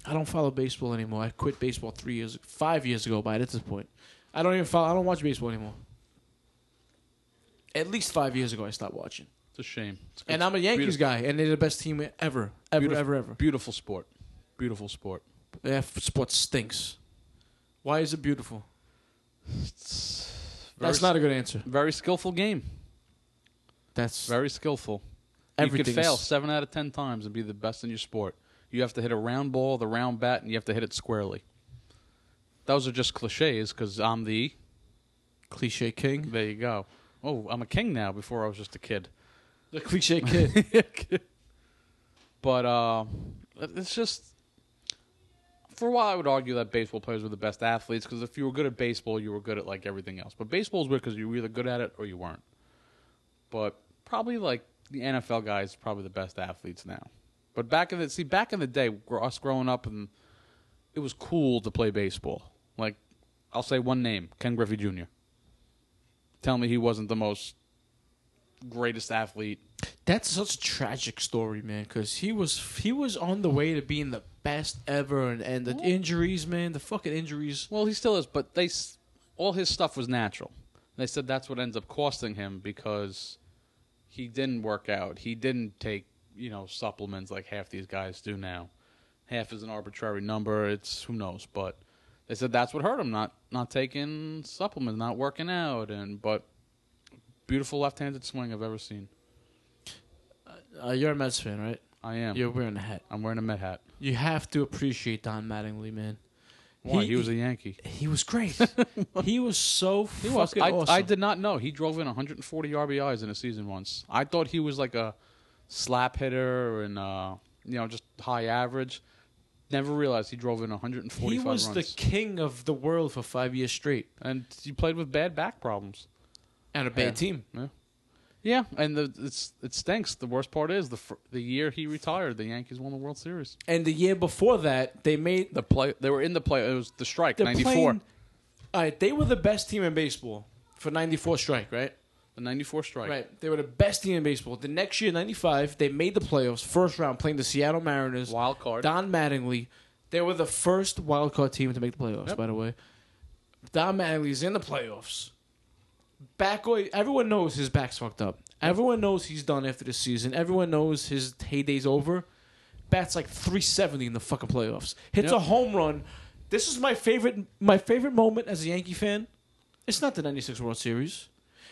Speaker 1: I don't follow baseball anymore. I quit baseball three years, five years ago. By at this point, I don't even follow. I don't watch baseball anymore. At least five years ago, I stopped watching.
Speaker 4: It's a shame. It's a good-
Speaker 1: And I'm a Yankees
Speaker 4: beautiful-
Speaker 1: guy, and they're the best team ever, ever,
Speaker 4: Beautiful.
Speaker 1: ever, ever.
Speaker 4: Beautiful sport. Beautiful sport.
Speaker 1: That f- sport stinks. Why is it beautiful? That's
Speaker 4: Very
Speaker 1: not a good answer.
Speaker 4: s- very skillful game.
Speaker 1: That's
Speaker 4: Very skillful.
Speaker 1: everything.
Speaker 4: you could fail
Speaker 1: is-
Speaker 4: seven out of ten times and be the best in your sport. You have to hit a round ball, the round bat, and you have to hit it squarely. Those are just cliches because I'm the.
Speaker 1: cliche king.
Speaker 4: There you go. Oh, I'm a king now. Before I was just a kid.
Speaker 1: The cliche kid.
Speaker 4: but uh, it's just for a while I would argue that baseball players were the best athletes because if you were good at baseball, you were good at like everything else. But baseball's weird because you were either good at it or you weren't. But probably like the NFL guys, probably the best athletes now. But back in the see back in the day, gr- us growing up and it was cool to play baseball. Like I'll say one name, Ken Griffey Jr. Tell me he wasn't the most greatest athlete
Speaker 1: That's such a tragic story, man. Because he was he was on the way to being the best ever, and, and the injuries, man. The fucking injuries.
Speaker 4: Well, he still is, but they s- all his stuff was natural. They said that's what ends up costing him because he didn't work out. He didn't take you know supplements like half these guys do now. Half is an arbitrary number. It's who knows, but they said that's what hurt him not not taking supplements, not working out, and but beautiful left-handed swing I've ever seen.
Speaker 1: Uh, you're a Mets fan, right?
Speaker 4: I am.
Speaker 1: You're wearing a hat.
Speaker 4: I'm wearing a Met hat.
Speaker 1: You have to appreciate Don Mattingly, man.
Speaker 4: Why? He, was a Yankee.
Speaker 1: he was great. he was so
Speaker 4: He was.
Speaker 1: fucking
Speaker 4: I,
Speaker 1: awesome.
Speaker 4: I did not know he drove in 140 RBIs in a season once. I thought he was like a slap hitter and uh, you know just high average. Never realized he drove in 145
Speaker 1: He was the
Speaker 4: runs.
Speaker 1: king of the world for five years straight,
Speaker 4: and he played with bad back problems.
Speaker 1: and a bad
Speaker 4: Yeah.
Speaker 1: team.
Speaker 4: Yeah, yeah. And the, it's it stinks. The worst part is the fr- the year he retired, the Yankees won the World Series.
Speaker 1: And the year before that, they made
Speaker 4: The play they were in the play. It was the strike
Speaker 1: they're
Speaker 4: 94.
Speaker 1: playing- all right, they were the best team in baseball for '94 strike, right?
Speaker 4: The 94 strike.
Speaker 1: Right. They were the best team in baseball. The next year, '95, they made the playoffs, first round, playing the Seattle Mariners.
Speaker 4: Wild card.
Speaker 1: Don Mattingly. They were the first wild card team to make the playoffs.
Speaker 4: Yep.
Speaker 1: By the way, Don Mattingly's in the playoffs. Back, everyone knows his back's fucked up. Everyone knows he's done after this season. Everyone knows his heyday's over. Bats like 370 in the fucking playoffs. Hits
Speaker 4: Yep.
Speaker 1: a home run. This is my favorite. My favorite moment as a Yankee fan. It's not the '96 World Series.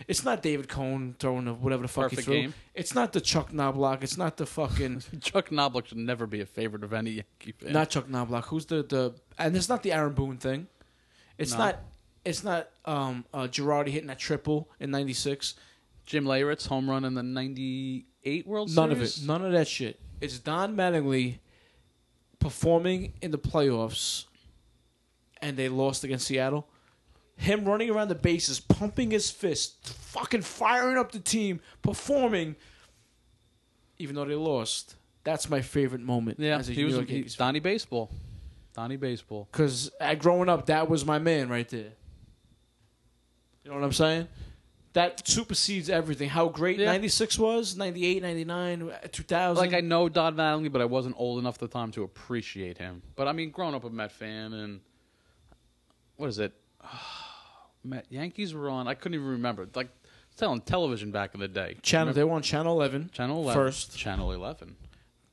Speaker 1: It's not David Cohn throwing the, whatever the fuck he
Speaker 4: Perfect
Speaker 1: threw.
Speaker 4: game.
Speaker 1: It's not the Chuck Knobloch. It's not the fucking
Speaker 4: Chuck Knobloch should never be a favorite of any Yankee fan.
Speaker 1: Not Chuck Knobloch. Who's the the? And it's not the Aaron Boone thing. It's
Speaker 4: No.
Speaker 1: not it's not um, uh, Girardi hitting that triple in '96.
Speaker 4: Jim Leyritz home run in the '98 World
Speaker 1: None of it.
Speaker 4: Series.
Speaker 1: None of that shit. It's Don Mattingly performing in the playoffs, and they lost against Seattle. Him running around the bases, pumping his fist, fucking firing up the team, performing, even though they lost. That's my favorite moment.
Speaker 4: Yeah,
Speaker 1: as a
Speaker 4: he
Speaker 1: New
Speaker 4: was
Speaker 1: York
Speaker 4: he,
Speaker 1: Yankees
Speaker 4: Donnie Baseball. Donnie Baseball.
Speaker 1: Because growing up, that was my man right there. You know what I'm saying? That supersedes everything. How great
Speaker 4: Yeah.
Speaker 1: 96 was, 98, 99, 2000.
Speaker 4: Like I know Don Mattingly, but I wasn't old enough at the time to appreciate him. But I mean, growing up a Met fan, and what is it? Met Yankees were on. I couldn't even remember. Like it's telling television back in the day.
Speaker 1: channel, they were on Channel 11.
Speaker 4: Channel eleven.
Speaker 1: First.
Speaker 4: Channel eleven.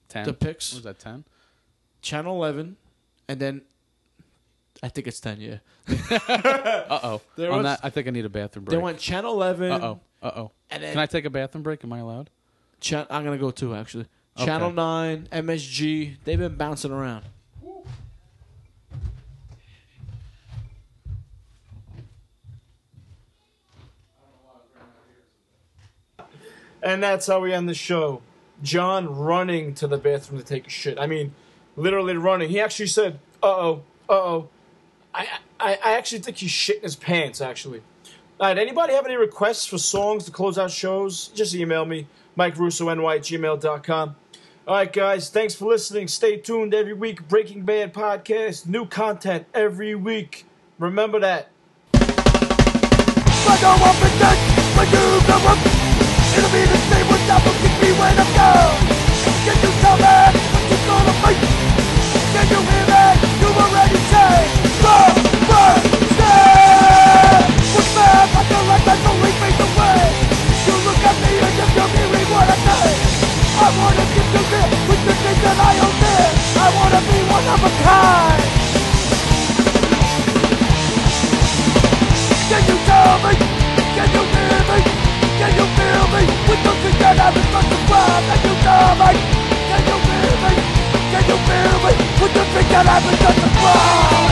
Speaker 4: Ten.
Speaker 1: The picks.
Speaker 4: What was that ten?
Speaker 1: Channel 11. And then, I think it's 10, yeah.
Speaker 4: Uh oh.
Speaker 1: There
Speaker 4: On
Speaker 1: was-
Speaker 4: that, I think I need a bathroom break.
Speaker 1: They went Channel 11.
Speaker 4: Uh oh. Uh oh.
Speaker 1: And then,
Speaker 4: Can I take a bathroom break? Am I allowed?
Speaker 1: Chan- I'm going to go two, actually. Channel 9, MSG. They've been bouncing around. And that's how we end the show. John running to the bathroom to take a shit. I mean, literally running. He actually said, "Uh oh, uh oh." I, I I actually think he's shitting his pants. Actually. All right. Anybody have any requests for songs to close out shows? Just email me, Mike Russo NY at gmail.com. All right, guys. Thanks for listening. Stay tuned every week. Breaking Bad podcast, new content every week. Remember that.
Speaker 2: I don't want protection, but you blow up. It'll be the same when I will kick me when I'm down. Can you tell me what you're gonna fight? Can you hear me? You already changed. Run, run, stand. What's bad? I feel like that's only fade away. You look at me and you're hearing what I say. I wanna get to bed with the things that I own there. I wanna be one of a kind. Can you tell me? Can you hear me? Can you feel me? With the things that I've been to find, can you tell me? Can you hear me? Can you feel me? With the things that I've been to find.